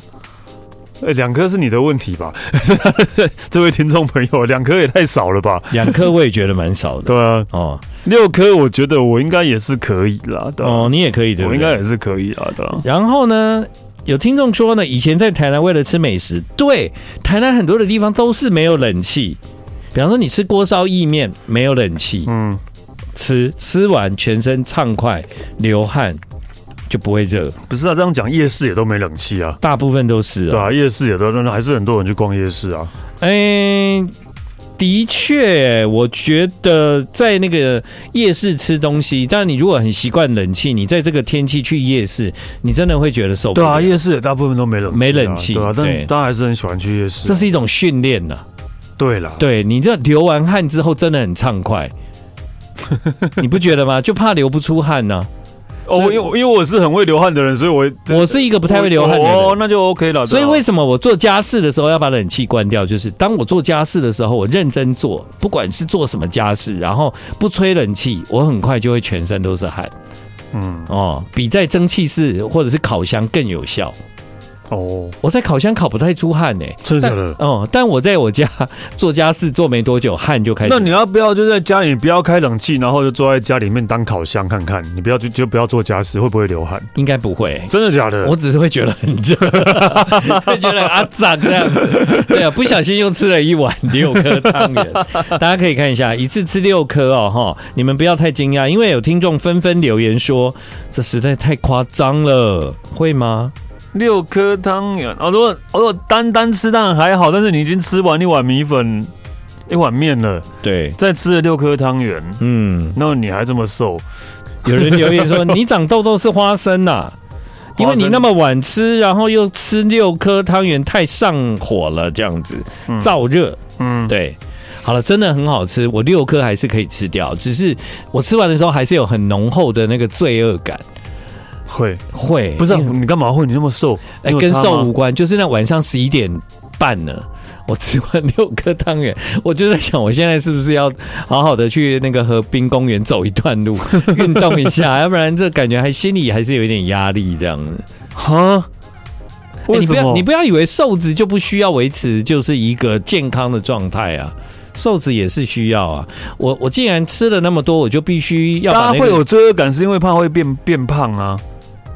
Speaker 3: 哎两颗是你的问题吧？ 这位听众朋友，两颗也太少了吧？”
Speaker 2: 两颗我也觉得蛮少的
Speaker 3: 对啊，
Speaker 2: 哦
Speaker 3: 六颗我觉得我应该也是可以啦，对啊
Speaker 2: 哦，你也可以对
Speaker 3: 我
Speaker 2: 不
Speaker 3: 应该
Speaker 2: 对？
Speaker 3: 也是可以啦，对啊
Speaker 2: 然后呢？有听众说呢，以前在台南为了吃美食，对台南很多的地方都是没有冷气，比方说你吃锅烧意面没有冷气，
Speaker 3: 嗯，
Speaker 2: 吃，吃完全身畅快，流汗就不会热，
Speaker 3: 不是啊，这样讲夜市也都没冷气啊，
Speaker 2: 大部分都是
Speaker 3: 对
Speaker 2: 啊。
Speaker 3: 啊，夜市也都，但是还是很多人去逛夜市啊。
Speaker 2: 哎、的确，我觉得在那个夜市吃东西，但你如果很习惯冷气，你在这个天气去夜市，你真的会觉得受不
Speaker 3: 对
Speaker 2: 了。
Speaker 3: 啊，夜市也大部分都没冷气啊
Speaker 2: 没冷气
Speaker 3: 对啊，
Speaker 2: 对
Speaker 3: 但大家还是很喜欢去夜市啊。
Speaker 2: 这是一种训练呐、
Speaker 3: 对啦，
Speaker 2: 对你这流完汗之后真的很畅 快，你不觉得吗？就怕流不出汗呐、
Speaker 3: 哦，我因为我因为我是很会流汗的人，所以我
Speaker 2: 我是一个不太会流汗的人。
Speaker 3: 哦，那就 OK 了。
Speaker 2: 所以为
Speaker 3: 为
Speaker 2: 什么我做家事的时候要把冷气关掉？就是当我做家事的时候，我认真做，不管是做什么家事，然后不吹冷气，我很快就会全身都是汗
Speaker 3: 嗯
Speaker 2: 哦，比在蒸汽室或者是烤箱更有效。
Speaker 3: 哦，
Speaker 2: 我在烤箱烤不太出汗呢、
Speaker 3: 真的
Speaker 2: 但
Speaker 3: 假的？
Speaker 2: 哦、但我在我家做家事做没多久，汗就开始。
Speaker 3: 那你要不要就在家里不要开冷气，然后就坐在家里面当烤箱看看？你不要就就不要做家事，会不会流汗？
Speaker 2: 应该不会。
Speaker 3: 真的假的？
Speaker 2: 我只是会觉得很热， 会觉得啊长这样子，对啊，不小心又吃了一碗六颗汤圆， 大家可以看一下，一次吃六颗哦，哈，你们不要太惊讶，因为有听众纷纷留言说这实在太夸张了，会吗？
Speaker 3: 六颗汤圆哦，如果哦如果单单吃当然还好，但是你已经吃完一碗米粉、一碗面了，
Speaker 2: 对，
Speaker 3: 再吃了六颗汤圆，
Speaker 2: 嗯，
Speaker 3: 那你还这么瘦，
Speaker 2: 有人留言说你长痘痘是花生呐、 因为你那么晚吃，然后又吃六颗汤圆，太上火了，这样子
Speaker 3: 嗯
Speaker 2: 燥热。
Speaker 3: 嗯，
Speaker 2: 对，好了，真的很好吃，我六颗还是可以吃掉，只是我吃完的时候还是有很浓厚的那个罪恶感。
Speaker 3: 会
Speaker 2: 会
Speaker 3: 不是、啊、
Speaker 2: 因为
Speaker 3: 你干嘛会？你那么瘦，
Speaker 2: 哎、
Speaker 3: 你有
Speaker 2: 跟
Speaker 3: 差
Speaker 2: 瘦
Speaker 3: 吗
Speaker 2: 无关，就是那晚上十一点半呢，我吃完六颗汤圆，我就在想，我现在是不是要好好的去那个河滨公园走一段路，运动一下，要不然这感觉还心里还是有一点压力这样子。
Speaker 3: 哈？
Speaker 2: 哎
Speaker 3: 为
Speaker 2: 你
Speaker 3: 什
Speaker 2: 不
Speaker 3: 么？
Speaker 2: 要你不要以为瘦子就不需要维持就是一个健康的状态啊。瘦子也是需要啊，我我既然吃了那么多，我就必须要把、
Speaker 3: 大
Speaker 2: 那
Speaker 3: 家
Speaker 2: 个、
Speaker 3: 会有罪恶感，是因为怕会变变胖啊。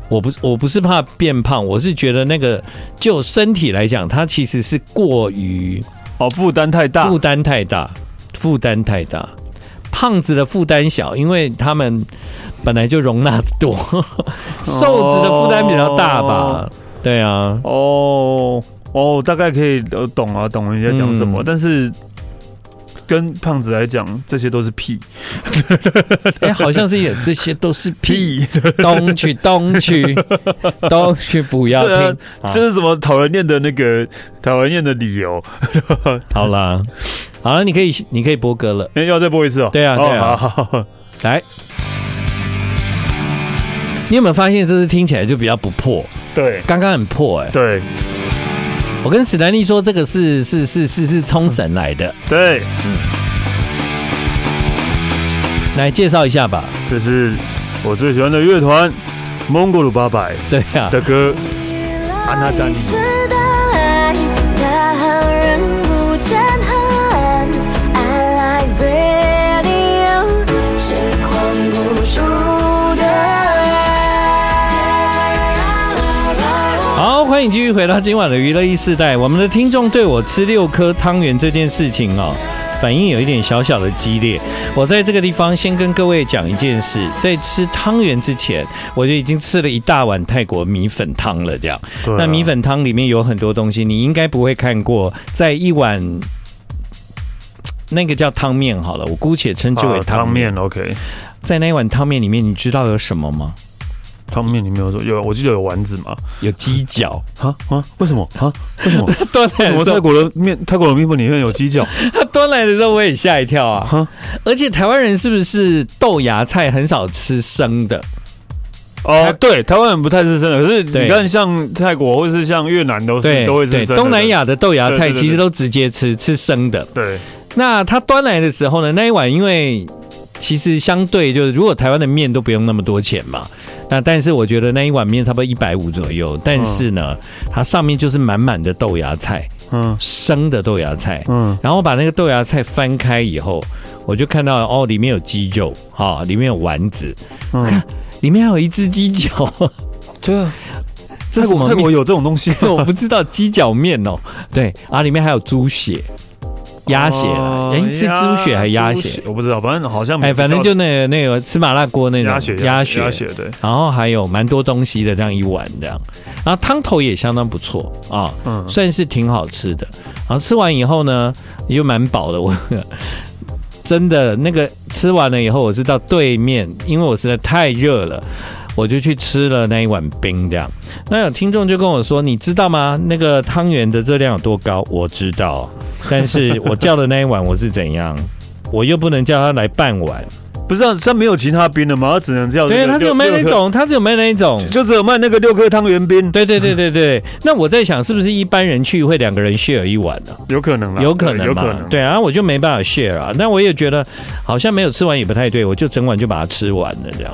Speaker 2: 我不是我不是怕变胖，我是觉得那个就身体来讲，它其实是过于
Speaker 3: 哦，负担太大
Speaker 2: 负。担太大，负担太大。胖子的负担小，因为他们本来就容纳得多，瘦子的负担比较大吧？对啊，
Speaker 3: 哦哦，大概可以呃懂啊，懂人家讲什么，
Speaker 2: 嗯
Speaker 3: 但是。跟胖子来讲，这些都是屁
Speaker 2: 哎、好像是也这些都是屁，，东去东 去东去，不要
Speaker 3: 对啊
Speaker 2: 听。啊
Speaker 3: 这是什么讨人厌的那个讨人厌的理由？
Speaker 2: 好啦，好了，你可以你可以播歌了，
Speaker 3: 哎，要再播一次哦。
Speaker 2: 对啊
Speaker 3: 哦
Speaker 2: 对啊
Speaker 3: 好好好
Speaker 2: 来。你有没有发现，这是听起来就比较不破？
Speaker 3: 对
Speaker 2: 刚刚很破哎、
Speaker 3: 对
Speaker 2: 我跟史丹利说，这个是是是是是冲绳来的，
Speaker 3: 对，
Speaker 2: 来介绍一下吧。
Speaker 3: 这是我最喜欢的乐团蒙古鲁八百
Speaker 2: 对啊呀、
Speaker 3: 的歌。
Speaker 5: 安娜丹尼。爱，大好人不见恨，I like radio，是狂不住的爱。
Speaker 2: 好，欢迎继续回到今晚的娱乐一世代。我们的听众对我吃六颗汤圆这件事情哦，反应有一点小小的激烈。我在这个地方先跟各位讲一件事，在吃汤圆之前，我就已经吃了一大碗泰国米粉汤了。这样，
Speaker 3: 对 啊
Speaker 2: 那米粉汤里面有很多东西，你应该不会看过，在一碗。那个叫汤面好了，我姑且称之为
Speaker 3: 啊
Speaker 2: 汤
Speaker 3: 汤
Speaker 2: 面。
Speaker 3: 面，OK，
Speaker 2: 在那一碗汤面里面，你知道有什么吗？
Speaker 3: 汤面里面有说有，我记得有丸子嘛。
Speaker 2: 有鸡脚，
Speaker 3: 啊啊，为什么 啊？为什么？为
Speaker 2: 端来的
Speaker 3: 什么
Speaker 2: 时
Speaker 3: 泰
Speaker 2: 候，
Speaker 3: 国的面泰国的面粉里面有鸡脚？
Speaker 2: 他端来的时候我也吓一跳啊！
Speaker 3: 哈
Speaker 2: 而且台湾人是不是豆芽菜很少吃生的？
Speaker 3: 哦，对，台湾人不太吃生的，可是
Speaker 2: 对
Speaker 3: 你看像泰国或是像越南都是
Speaker 2: 对，
Speaker 3: 都会吃
Speaker 2: 对，
Speaker 3: 生的。
Speaker 2: 东南亚的豆芽
Speaker 3: 对
Speaker 2: 菜
Speaker 3: 对对
Speaker 2: 其实都直接吃吃生的。
Speaker 3: 对
Speaker 2: 那他端来的时候呢，那一碗因为其实相对就是，如果台湾的面都不用那么多钱嘛，那但是我觉得那一碗面差不多一百五左右，但是呢，它上面就是满满的豆芽菜，
Speaker 3: 嗯
Speaker 2: 生的豆芽菜，
Speaker 3: 嗯
Speaker 2: 然后把那个豆芽菜翻开以后，我就看到哦，里面有鸡肉，哈、里面有丸子，
Speaker 3: 嗯，
Speaker 2: 里面还有一只鸡脚，
Speaker 3: 对啊，
Speaker 2: 这是什么
Speaker 3: 泰国
Speaker 2: 面？。
Speaker 3: 有这种东 西
Speaker 2: 我不知道鸡脚面哦，对啊，里面还有猪血、鸭血啦，
Speaker 3: 哦
Speaker 2: 哎、是猪血还是鸭
Speaker 3: 猪
Speaker 2: 血？
Speaker 3: 我不知道，反正好像
Speaker 2: 哎，反正就那个那个吃麻辣锅那种
Speaker 3: 鸭血
Speaker 2: 鸭血
Speaker 3: 鸭血对，
Speaker 2: 然后还有蛮多东西的这样一碗这样，然后汤头也相当不错啊，
Speaker 3: 嗯
Speaker 2: 算是挺好吃的。然后吃完以后呢，也就蛮饱的。我真的那个吃完了以后，我是到对面，因为我实在太热了。我就去吃了那一碗冰，这样。那有听众就跟我说：“你知道吗？那个汤圆的热量有多高？”我知道，但是我叫的那一碗我是怎样，我又不能叫他来半 碗。
Speaker 3: 不是啊，他没有其他冰的嘛，他只能叫
Speaker 2: 对，
Speaker 3: 哦这个
Speaker 2: 他只有
Speaker 3: 六
Speaker 2: 卖那
Speaker 3: 六颗
Speaker 2: 种，他只有卖那一种，
Speaker 3: 就只有卖那个六颗汤圆冰，
Speaker 2: 对对对对对，那我在想，是不是一般人去会两个人 share 一碗呢、
Speaker 3: 有可能啦，
Speaker 2: 有可能嘛，
Speaker 3: 啊对有可能，
Speaker 2: 对啊，我就没办法 share 啊。那我也觉得好像没有吃完也不太对，我就整碗就把它吃完了这样。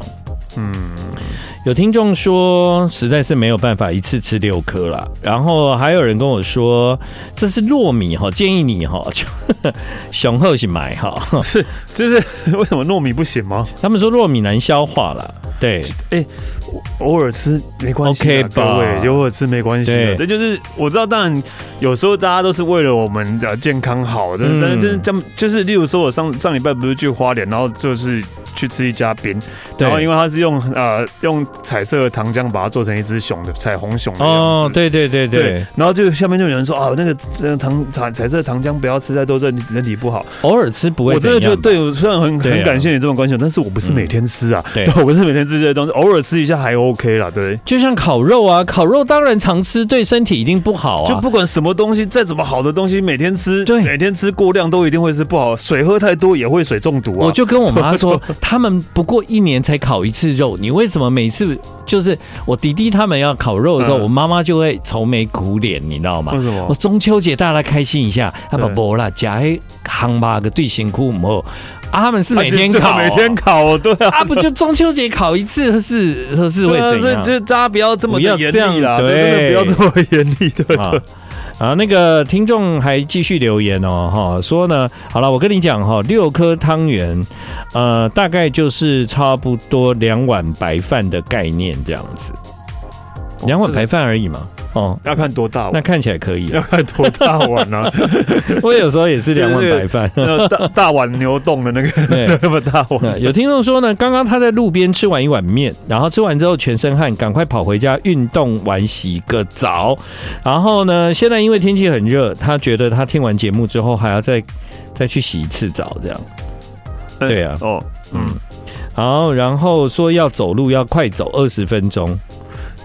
Speaker 3: 嗯
Speaker 2: 有听众说，实在是没有办法一次吃六颗啦。然后还有人跟我说，这是糯米哈，建议你哈，就 雄厚去买哈。
Speaker 3: 是就是 为什么糯米不行吗？
Speaker 2: 他们说糯米难消化啦，对，
Speaker 3: 偶尔吃没关系啊
Speaker 2: OK 吧
Speaker 3: 各位，偶尔吃没关系的。
Speaker 2: 对
Speaker 3: 这就是我知道，当然有时候大家都是为了我们的健康好，但
Speaker 2: 嗯
Speaker 3: 是但是真这么就是，例如说我上上礼拜不是去花莲，然后就是去吃一家冰，
Speaker 2: 对
Speaker 3: 然后因为它是用呃用彩色的糖浆把它做成一只熊的彩虹熊的样子
Speaker 2: 哦，对对对对，，
Speaker 3: 然后就下面就有人说啊，那个那个糖彩彩色糖浆不要吃太多，对人体不好。
Speaker 2: 偶尔吃不会
Speaker 3: 我
Speaker 2: 怎样
Speaker 3: 真的
Speaker 2: 吧。
Speaker 3: 觉得，对我虽然很
Speaker 2: 对啊嗯
Speaker 3: 很感谢你这种关心，但是我不是每天吃 啊，
Speaker 2: 对
Speaker 3: 我不是每天吃这些东西，偶尔吃一下还 OK 啦，对。
Speaker 2: 就像烤肉啊，烤肉当然常吃对身体一定不好啊。
Speaker 3: 就不管什么东西，再怎么好的东西，每天吃，
Speaker 2: 对
Speaker 3: 每天吃过量都一定会是不好。水喝太多也会水中毒啊。
Speaker 2: 我就跟我妈说，他们不过一年才烤一次肉，你为什么每次就是我弟弟他们要烤肉的时候，
Speaker 3: 嗯
Speaker 2: 我妈妈就会愁眉苦脸，你知道吗
Speaker 3: 为？什么
Speaker 2: 我中秋节大家开心一下，他们
Speaker 3: 对
Speaker 2: 不啦，假黑夯哎吧个对辛苦唔好，啊，他们是每天
Speaker 3: 啊其实
Speaker 2: 烤哦、
Speaker 3: 每天烤哦，对啊，
Speaker 2: 啊，不就中秋节烤一次是是是会
Speaker 3: 对啊，
Speaker 2: 怎
Speaker 3: 所以
Speaker 2: 样？
Speaker 3: 就大家不要这么
Speaker 2: 不要
Speaker 3: 的严
Speaker 2: 这样
Speaker 3: 厉啦，
Speaker 2: 对
Speaker 3: 真的不要这么严厉，对
Speaker 2: 啊
Speaker 3: 对。
Speaker 2: 啊，那个听众还继续留言哦，哈、说呢，好了，我跟你讲哈、六颗汤圆，呃，大概就是差不多两碗白饭的概念这样子，两碗白饭而已嘛，哦，
Speaker 3: 要看多大
Speaker 2: 那
Speaker 3: 碗，
Speaker 2: 看起来可 以啊，
Speaker 3: 要看多大碗 啊，
Speaker 2: 我有时候也是两碗白饭。
Speaker 3: 那大大碗牛冻的那
Speaker 2: 对
Speaker 3: 个 那么大碗，
Speaker 2: 那有听众说呢，刚刚他在路边吃完一碗面，然后吃完之后全身汗，赶快跑回家运动完洗个澡。然后呢，现在因为天气很热，他觉得他听完节目之后还要再 再去洗一次澡，这样。对啊
Speaker 3: 哦，嗯，
Speaker 2: 好，然后说要走路要快走二十分钟，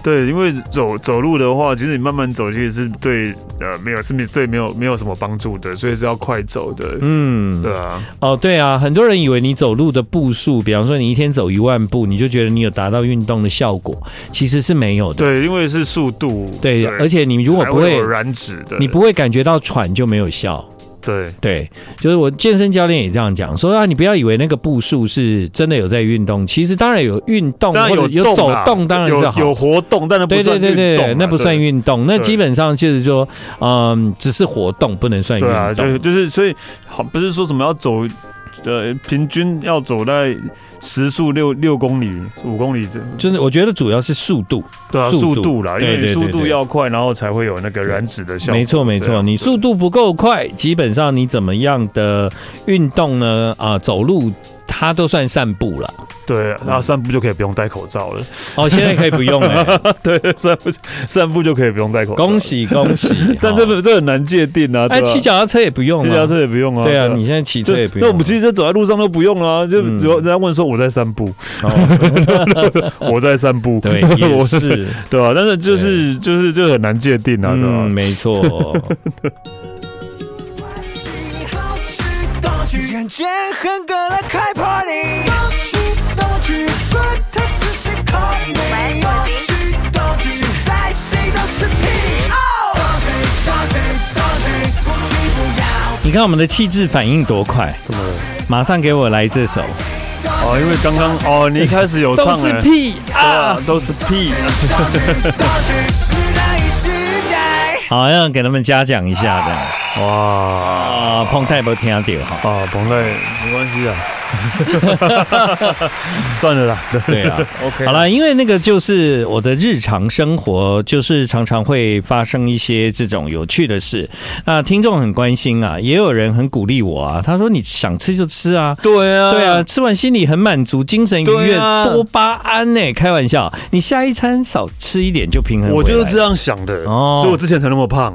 Speaker 3: 对，因为走走路的话，其实你慢慢走去是对呃没有是没对没有没有什么帮助的，所以是要快走的。
Speaker 2: 嗯，
Speaker 3: 对啊，
Speaker 2: 哦，对啊，很多人以为你走路的步数，比方说你一天走一万步，你就觉得你有达到运动的效果，其实是没有的。
Speaker 3: 对，因为是速度，
Speaker 2: 对，而且你如果
Speaker 3: 还
Speaker 2: 不
Speaker 3: 会
Speaker 2: 会
Speaker 3: 有，燃脂的，
Speaker 2: 你不会感觉到喘就没有效。
Speaker 3: 对
Speaker 2: 对，就是我健身教练也这样讲，说啊，你不要以为那个步数是真的有在运动，其实当然有运动
Speaker 3: 当然
Speaker 2: 或者有
Speaker 3: 动
Speaker 2: 走
Speaker 3: 啦
Speaker 2: 动，当然是
Speaker 3: 有有
Speaker 2: 好。
Speaker 3: 活动，但那不
Speaker 2: 对对
Speaker 3: 算
Speaker 2: 对
Speaker 3: 运
Speaker 2: 对，
Speaker 3: 动，啊
Speaker 2: 那不算。运动，那
Speaker 3: 对
Speaker 2: 基本上就是说，嗯，只是活动，不能算运
Speaker 3: 对啊，就
Speaker 2: 动。
Speaker 3: 就是所以好，不是说什么要走，呃，平均要走在时速六六公里、五公里这，
Speaker 2: 就是我觉得主要是速度，
Speaker 3: 对啊，
Speaker 2: 速度
Speaker 3: 速度啦，因
Speaker 2: 对对
Speaker 3: 为你
Speaker 2: 对
Speaker 3: 速
Speaker 2: 对
Speaker 3: 度要快，然后才会有那个燃脂的效果。啊
Speaker 2: 没错没
Speaker 3: 这
Speaker 2: 错，
Speaker 3: 样
Speaker 2: 你速度不够快，基本上你怎么样的运动呢？啊、走路它都算散步了。
Speaker 3: 对，然后散步就可以不用戴口罩了。
Speaker 2: 哦，现在可以不用了、
Speaker 3: 对，散步散步就可以不用戴口罩。
Speaker 2: 恭！喜恭喜！
Speaker 3: 但
Speaker 2: 哦
Speaker 3: 这个这很难界定啊。
Speaker 2: 哎，
Speaker 3: 对吧
Speaker 2: 骑脚踏车也不用
Speaker 3: 骑
Speaker 2: 了
Speaker 3: 脚踏。车也不用啊。
Speaker 2: 对啊，你现在骑车也不用
Speaker 3: 那
Speaker 2: 了。
Speaker 3: 我们其实就走在路上都不用啊，就
Speaker 2: 嗯
Speaker 3: 只有人家问说我在散步，
Speaker 2: 哦，
Speaker 3: 我在散步，
Speaker 2: 对，也
Speaker 3: 我
Speaker 2: 是，
Speaker 3: 对吧？但是就是就是就很难界定啊，对吧
Speaker 2: 嗯，？没错。
Speaker 4: 眼前很渴了，开 party！动去动去，管他是谁 call me！动去动去，现在谁都是屁！动去动去动去，不急不要。
Speaker 2: 你看我们的气质反应多快，
Speaker 3: 怎么了？
Speaker 2: 马上给我来这首《
Speaker 3: 哦，因为刚刚哦，你一开始有唱
Speaker 2: 都是
Speaker 3: 哎
Speaker 2: 屁
Speaker 3: 对
Speaker 2: 啊
Speaker 3: 啊，都是屁，
Speaker 4: 动去动去，你难以时代。》，
Speaker 2: 好要给他们嘉奖一下的
Speaker 3: 哇！
Speaker 2: 啊，碰太不听到哈。
Speaker 3: 啊，彭磊，没关系 啊，算了啦，
Speaker 2: 对啊
Speaker 3: OK
Speaker 2: 好了，因为那个就是我的日常生活，就是常常会发生一些这种有趣的事。那听众很关心啊，也有人很鼓励我啊，他说你想吃就吃啊，
Speaker 3: 对啊
Speaker 2: 对啊，，吃完心里很满足，精神愉
Speaker 3: 对
Speaker 2: 悦，
Speaker 3: 啊
Speaker 2: 多巴胺呢、开玩笑，你下一餐少吃一点就平衡。
Speaker 3: 我就是这。样想的，
Speaker 2: 哦
Speaker 3: 所以我之前才那么胖。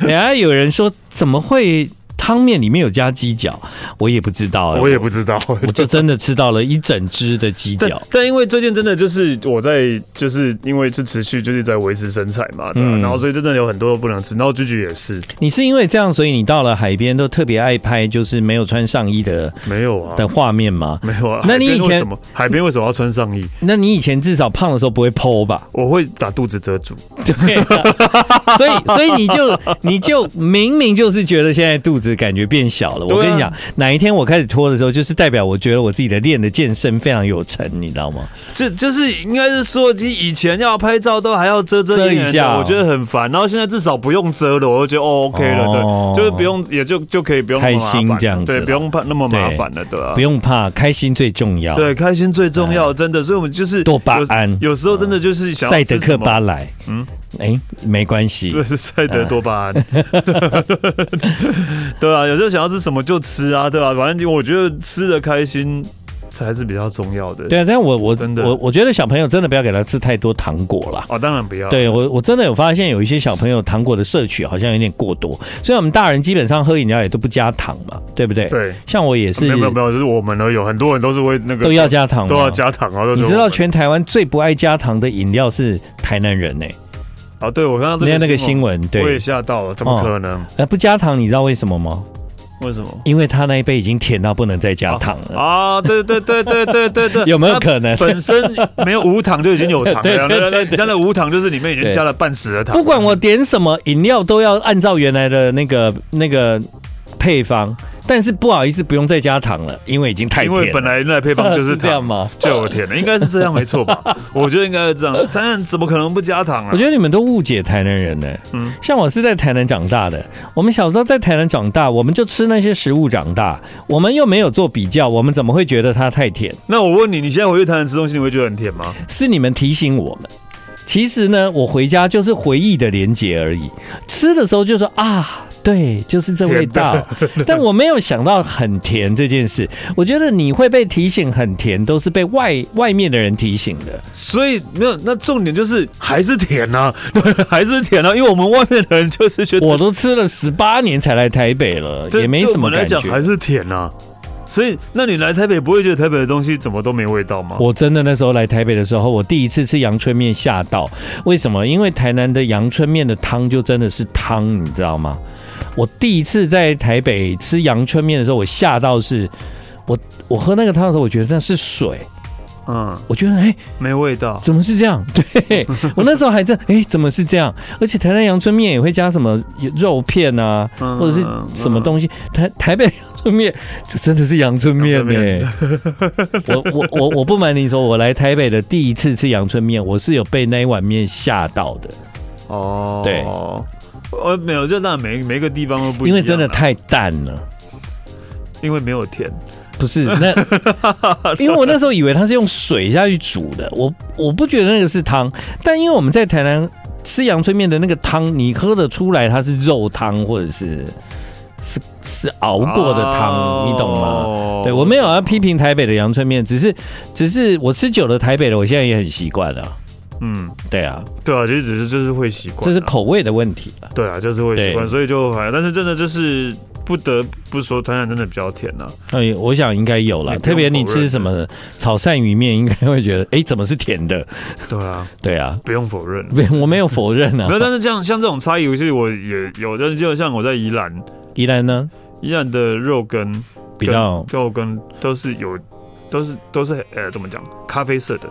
Speaker 2: 人家哎有人说怎么会汤面里面有加鸡脚，我也不知道、啊
Speaker 3: 我也不知道。
Speaker 2: 哎我就真的吃到了一整只的鸡
Speaker 3: 但
Speaker 2: 脚。
Speaker 3: 但因为最近真的就是我在，就是因为是持续就是在维持身材嘛，对、啊
Speaker 2: 嗯
Speaker 3: 然后所以真的有很多不能吃，然后菊菊也是
Speaker 2: 你是因为这样，所以你到了海边都特别爱拍，就是没有穿上衣的
Speaker 3: 没有啊，
Speaker 2: 的画面吗？
Speaker 3: 没有啊。
Speaker 2: 那你
Speaker 3: 海边
Speaker 2: 以前
Speaker 3: 为什么海边为什么要穿上衣？
Speaker 2: 那你以前至少胖的时候不会剖吧？
Speaker 3: 我会把肚子遮住，
Speaker 2: 对、啊，所以所以你就你就明明就是觉得现在肚子感觉变小了。我
Speaker 3: 对啊
Speaker 2: 跟你讲，哪一天我开始脱的时候，就是代表我觉得我自己的练的健身非常有成，你知道吗？
Speaker 3: 这就是应该是说，你以前要拍照都还要遮遮掩掩
Speaker 2: 遮
Speaker 3: 的
Speaker 2: 一下哦
Speaker 3: 我觉得很烦。然后现在至少不用遮了，我就觉得哦 OK 了，
Speaker 2: 哦
Speaker 3: 对，就是不用，也就就可以不用那么麻烦
Speaker 2: 开心这样子
Speaker 3: 对，
Speaker 2: 啦
Speaker 3: 不用怕那么麻
Speaker 2: 对
Speaker 3: 烦了，对啊，
Speaker 2: 不用怕，开心最重要。
Speaker 3: 对，啊开心最重要，真的。所以我们就是
Speaker 2: 哎多巴胺
Speaker 3: 有有时候真的就是想要
Speaker 2: 赛德
Speaker 3: 吃什
Speaker 2: 克
Speaker 3: 么
Speaker 2: 巴莱，嗯，哎，没关系
Speaker 3: 对，。是赛德多巴胺，
Speaker 2: 哎
Speaker 3: 对啊，有时候想要吃什么就吃啊，对吧、反正我觉得吃的开心才是比较重要的。
Speaker 2: 对啊，但我我
Speaker 3: 真的
Speaker 2: 我我觉得小朋友真的不要给他吃太多糖果啦。
Speaker 3: 哦，当然不要。
Speaker 2: 对我，我真的有发现有一些小朋友糖果的摄取好像有点过多，所以我们大人基本上喝饮料也都不加糖嘛，对不对？
Speaker 3: 对，
Speaker 2: 像我也是
Speaker 3: 没有没有没有，就是我们呢有很多人都是会那个
Speaker 2: 都要加糖，
Speaker 3: 都要。加糖啊。都是
Speaker 2: 你
Speaker 3: 我
Speaker 2: 知
Speaker 3: 们
Speaker 2: 道全台湾最不爱加糖的饮料是台南人呢、
Speaker 3: 啊？对，我看到这
Speaker 2: 那那个新
Speaker 3: 闻，
Speaker 2: 闻
Speaker 3: 我也
Speaker 2: 对，哦
Speaker 3: 吓到了，怎么可能？
Speaker 2: 呃，不加糖，你知道为什么吗？
Speaker 3: 为什么？
Speaker 2: 因为他那一杯已经甜到不能再加糖了。
Speaker 3: 啊，对对对对对对对，
Speaker 2: 有没有
Speaker 3: 它
Speaker 2: 可能
Speaker 3: 本身没有无糖就已经有糖了，
Speaker 2: 对
Speaker 3: 那
Speaker 2: 对对
Speaker 3: 那
Speaker 2: 对
Speaker 3: 那那无糖就是里面已经
Speaker 2: 对
Speaker 3: 加了半死的糖。
Speaker 2: 不管我点什么饮料，都要按照原来的那个那个配方，但是不好意思，不用再加糖了，因为已经太
Speaker 3: 因
Speaker 2: 甜了。
Speaker 3: 为本 来那配方就是
Speaker 2: 是这
Speaker 3: 糖
Speaker 2: 样吗
Speaker 3: 就有甜的，应该是这样没错吧？我觉得应该是这样，当然怎么可能不加糖啊
Speaker 2: 我？觉得你们都误解台南人呢、
Speaker 3: 嗯
Speaker 2: 像我是在台南长大的，我们小时候在台南长大，我们就吃那些食物长大，我们又没有做比较，我们怎么会觉得它太甜？
Speaker 3: 那我问你，你现在回去台南吃东西，你会觉得很甜吗？
Speaker 2: 是你们提醒我们。其实呢，我回家就是回忆的连结而已。吃的时候就说啊，对，就是这味道。 但我没有想到很甜这件事。我觉得你会被提醒很甜，都是被外外面的人提醒的。
Speaker 3: 所以没有，那重点就是还是甜啊，还是甜啊，因为我们外面的人就是觉得
Speaker 2: 我都吃了十八年才来台北了，
Speaker 3: 这
Speaker 2: 也没
Speaker 3: 对
Speaker 2: 什
Speaker 3: 我
Speaker 2: 么
Speaker 3: 们来
Speaker 2: 感
Speaker 3: 讲还
Speaker 2: 觉。
Speaker 3: 是甜啊。所以，那你来台北不会觉得台北的东西怎么都没味道吗？
Speaker 2: 我真的那时候来台北的时候，我第一次吃阳春面吓到。为什么？因为台南的阳春面的汤就真的是汤，你知道吗？我第一次在台北吃阳春面的时候，我吓到是，我我喝那个汤的时候，我觉得那是水，
Speaker 3: 嗯，
Speaker 2: 我觉得哎、
Speaker 3: 没味道。
Speaker 2: 怎么是这 样？对我那时候还在哎、怎么是这样？而且台南阳春面也会加什么肉片啊，
Speaker 3: 嗯
Speaker 2: 或者是什么东西？台台北阳春面就真的是阳春面呢、我我我我不瞒你说，我来台北的第一次吃阳春面，我是有被那一碗面吓到的，
Speaker 3: 哦，
Speaker 2: 对
Speaker 3: 呃，没有，就那每每个地方都不一样啊，
Speaker 2: 因为真的太淡了。
Speaker 3: 因为没有甜，
Speaker 2: 不 是那，因为我那时候以为它是用水下去煮的，我我不觉得那个是汤，但因为我们在台南吃阳春面的那个汤，你喝得出来它是肉汤或者是是是熬过的汤，你懂吗？
Speaker 3: 哦
Speaker 2: 对我没有要批评台北的阳春面，只是只是我吃久了台北的，我现在也很习惯了。
Speaker 3: 嗯，
Speaker 2: 对啊，
Speaker 3: 对啊，其实只是就是会习惯啊，
Speaker 2: 这是口味的问题了。
Speaker 3: 对啊，就是会习惯，
Speaker 2: 对
Speaker 3: 所以就反正，但是真的就是不得不说，台南真的比较甜啊。
Speaker 2: 哎，我想应该有啦，
Speaker 3: 你不
Speaker 2: 特
Speaker 3: 用
Speaker 2: 别你
Speaker 3: 否认
Speaker 2: 吃什么炒鳝鱼面，应该会觉得，哎，怎么是甜的？
Speaker 3: 对啊，
Speaker 2: 对啊，
Speaker 3: 不用否认。
Speaker 2: 没，我没有否认啊
Speaker 3: 没有，。但是像像这种差异，其实我也有，但是就像我在宜兰，
Speaker 2: 宜兰呢，
Speaker 3: 宜兰的肉跟
Speaker 2: 比较
Speaker 3: 跟肉跟都是有，都是都是呃怎么讲，咖啡色的，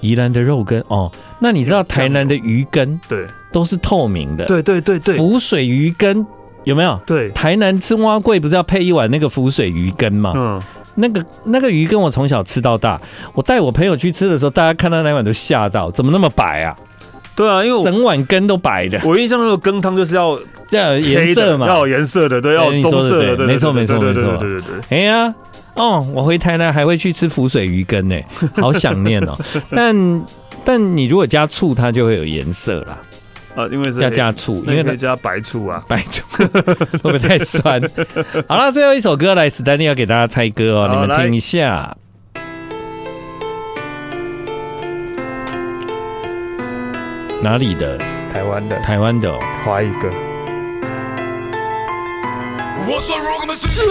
Speaker 2: 宜兰的肉羹哦，那你知道台南的鱼羹
Speaker 3: 对
Speaker 2: 都是透明的，，
Speaker 3: 对对对对
Speaker 2: 浮水鱼羹有没有？
Speaker 3: 对，
Speaker 2: 台南吃蛙贵不是要配一碗那个浮水鱼羹吗？
Speaker 3: 嗯，
Speaker 2: 那个那个鱼羹我从小吃到大，我带我朋友去吃的时候，大家看到那碗都吓到，怎么那么白啊？
Speaker 3: 对啊，因为我
Speaker 2: 整碗羹都白的，
Speaker 3: 我印象中的羹汤就是要
Speaker 2: 这样颜
Speaker 3: 黑的
Speaker 2: 色嘛，
Speaker 3: 要有颜色的，对，要有
Speaker 2: 你说
Speaker 3: 棕
Speaker 2: 的
Speaker 3: 色的，
Speaker 2: 对
Speaker 3: 对，
Speaker 2: 没错
Speaker 3: 对对
Speaker 2: 没错
Speaker 3: 对
Speaker 2: 没
Speaker 3: 对
Speaker 2: 错
Speaker 3: 对对对，
Speaker 2: 哎呀，哦，我回台南还会去吃浮水鱼羹 呢，好想念哦。但但你如果加醋，它就会有颜色啦，
Speaker 3: 啊，因为是
Speaker 2: 要
Speaker 3: 黑
Speaker 2: 加，醋，
Speaker 3: 那
Speaker 2: 因为
Speaker 3: 你可
Speaker 2: 它
Speaker 3: 以加白醋啊。
Speaker 2: 白醋会 不会太酸？好了，最后一首歌来，史丹利要给大家猜歌哦，
Speaker 3: 好
Speaker 2: 你们
Speaker 3: 来
Speaker 2: 听一下。哪里的？
Speaker 3: 台湾的
Speaker 2: 台湾的、哦。
Speaker 3: 华语歌，
Speaker 2: 这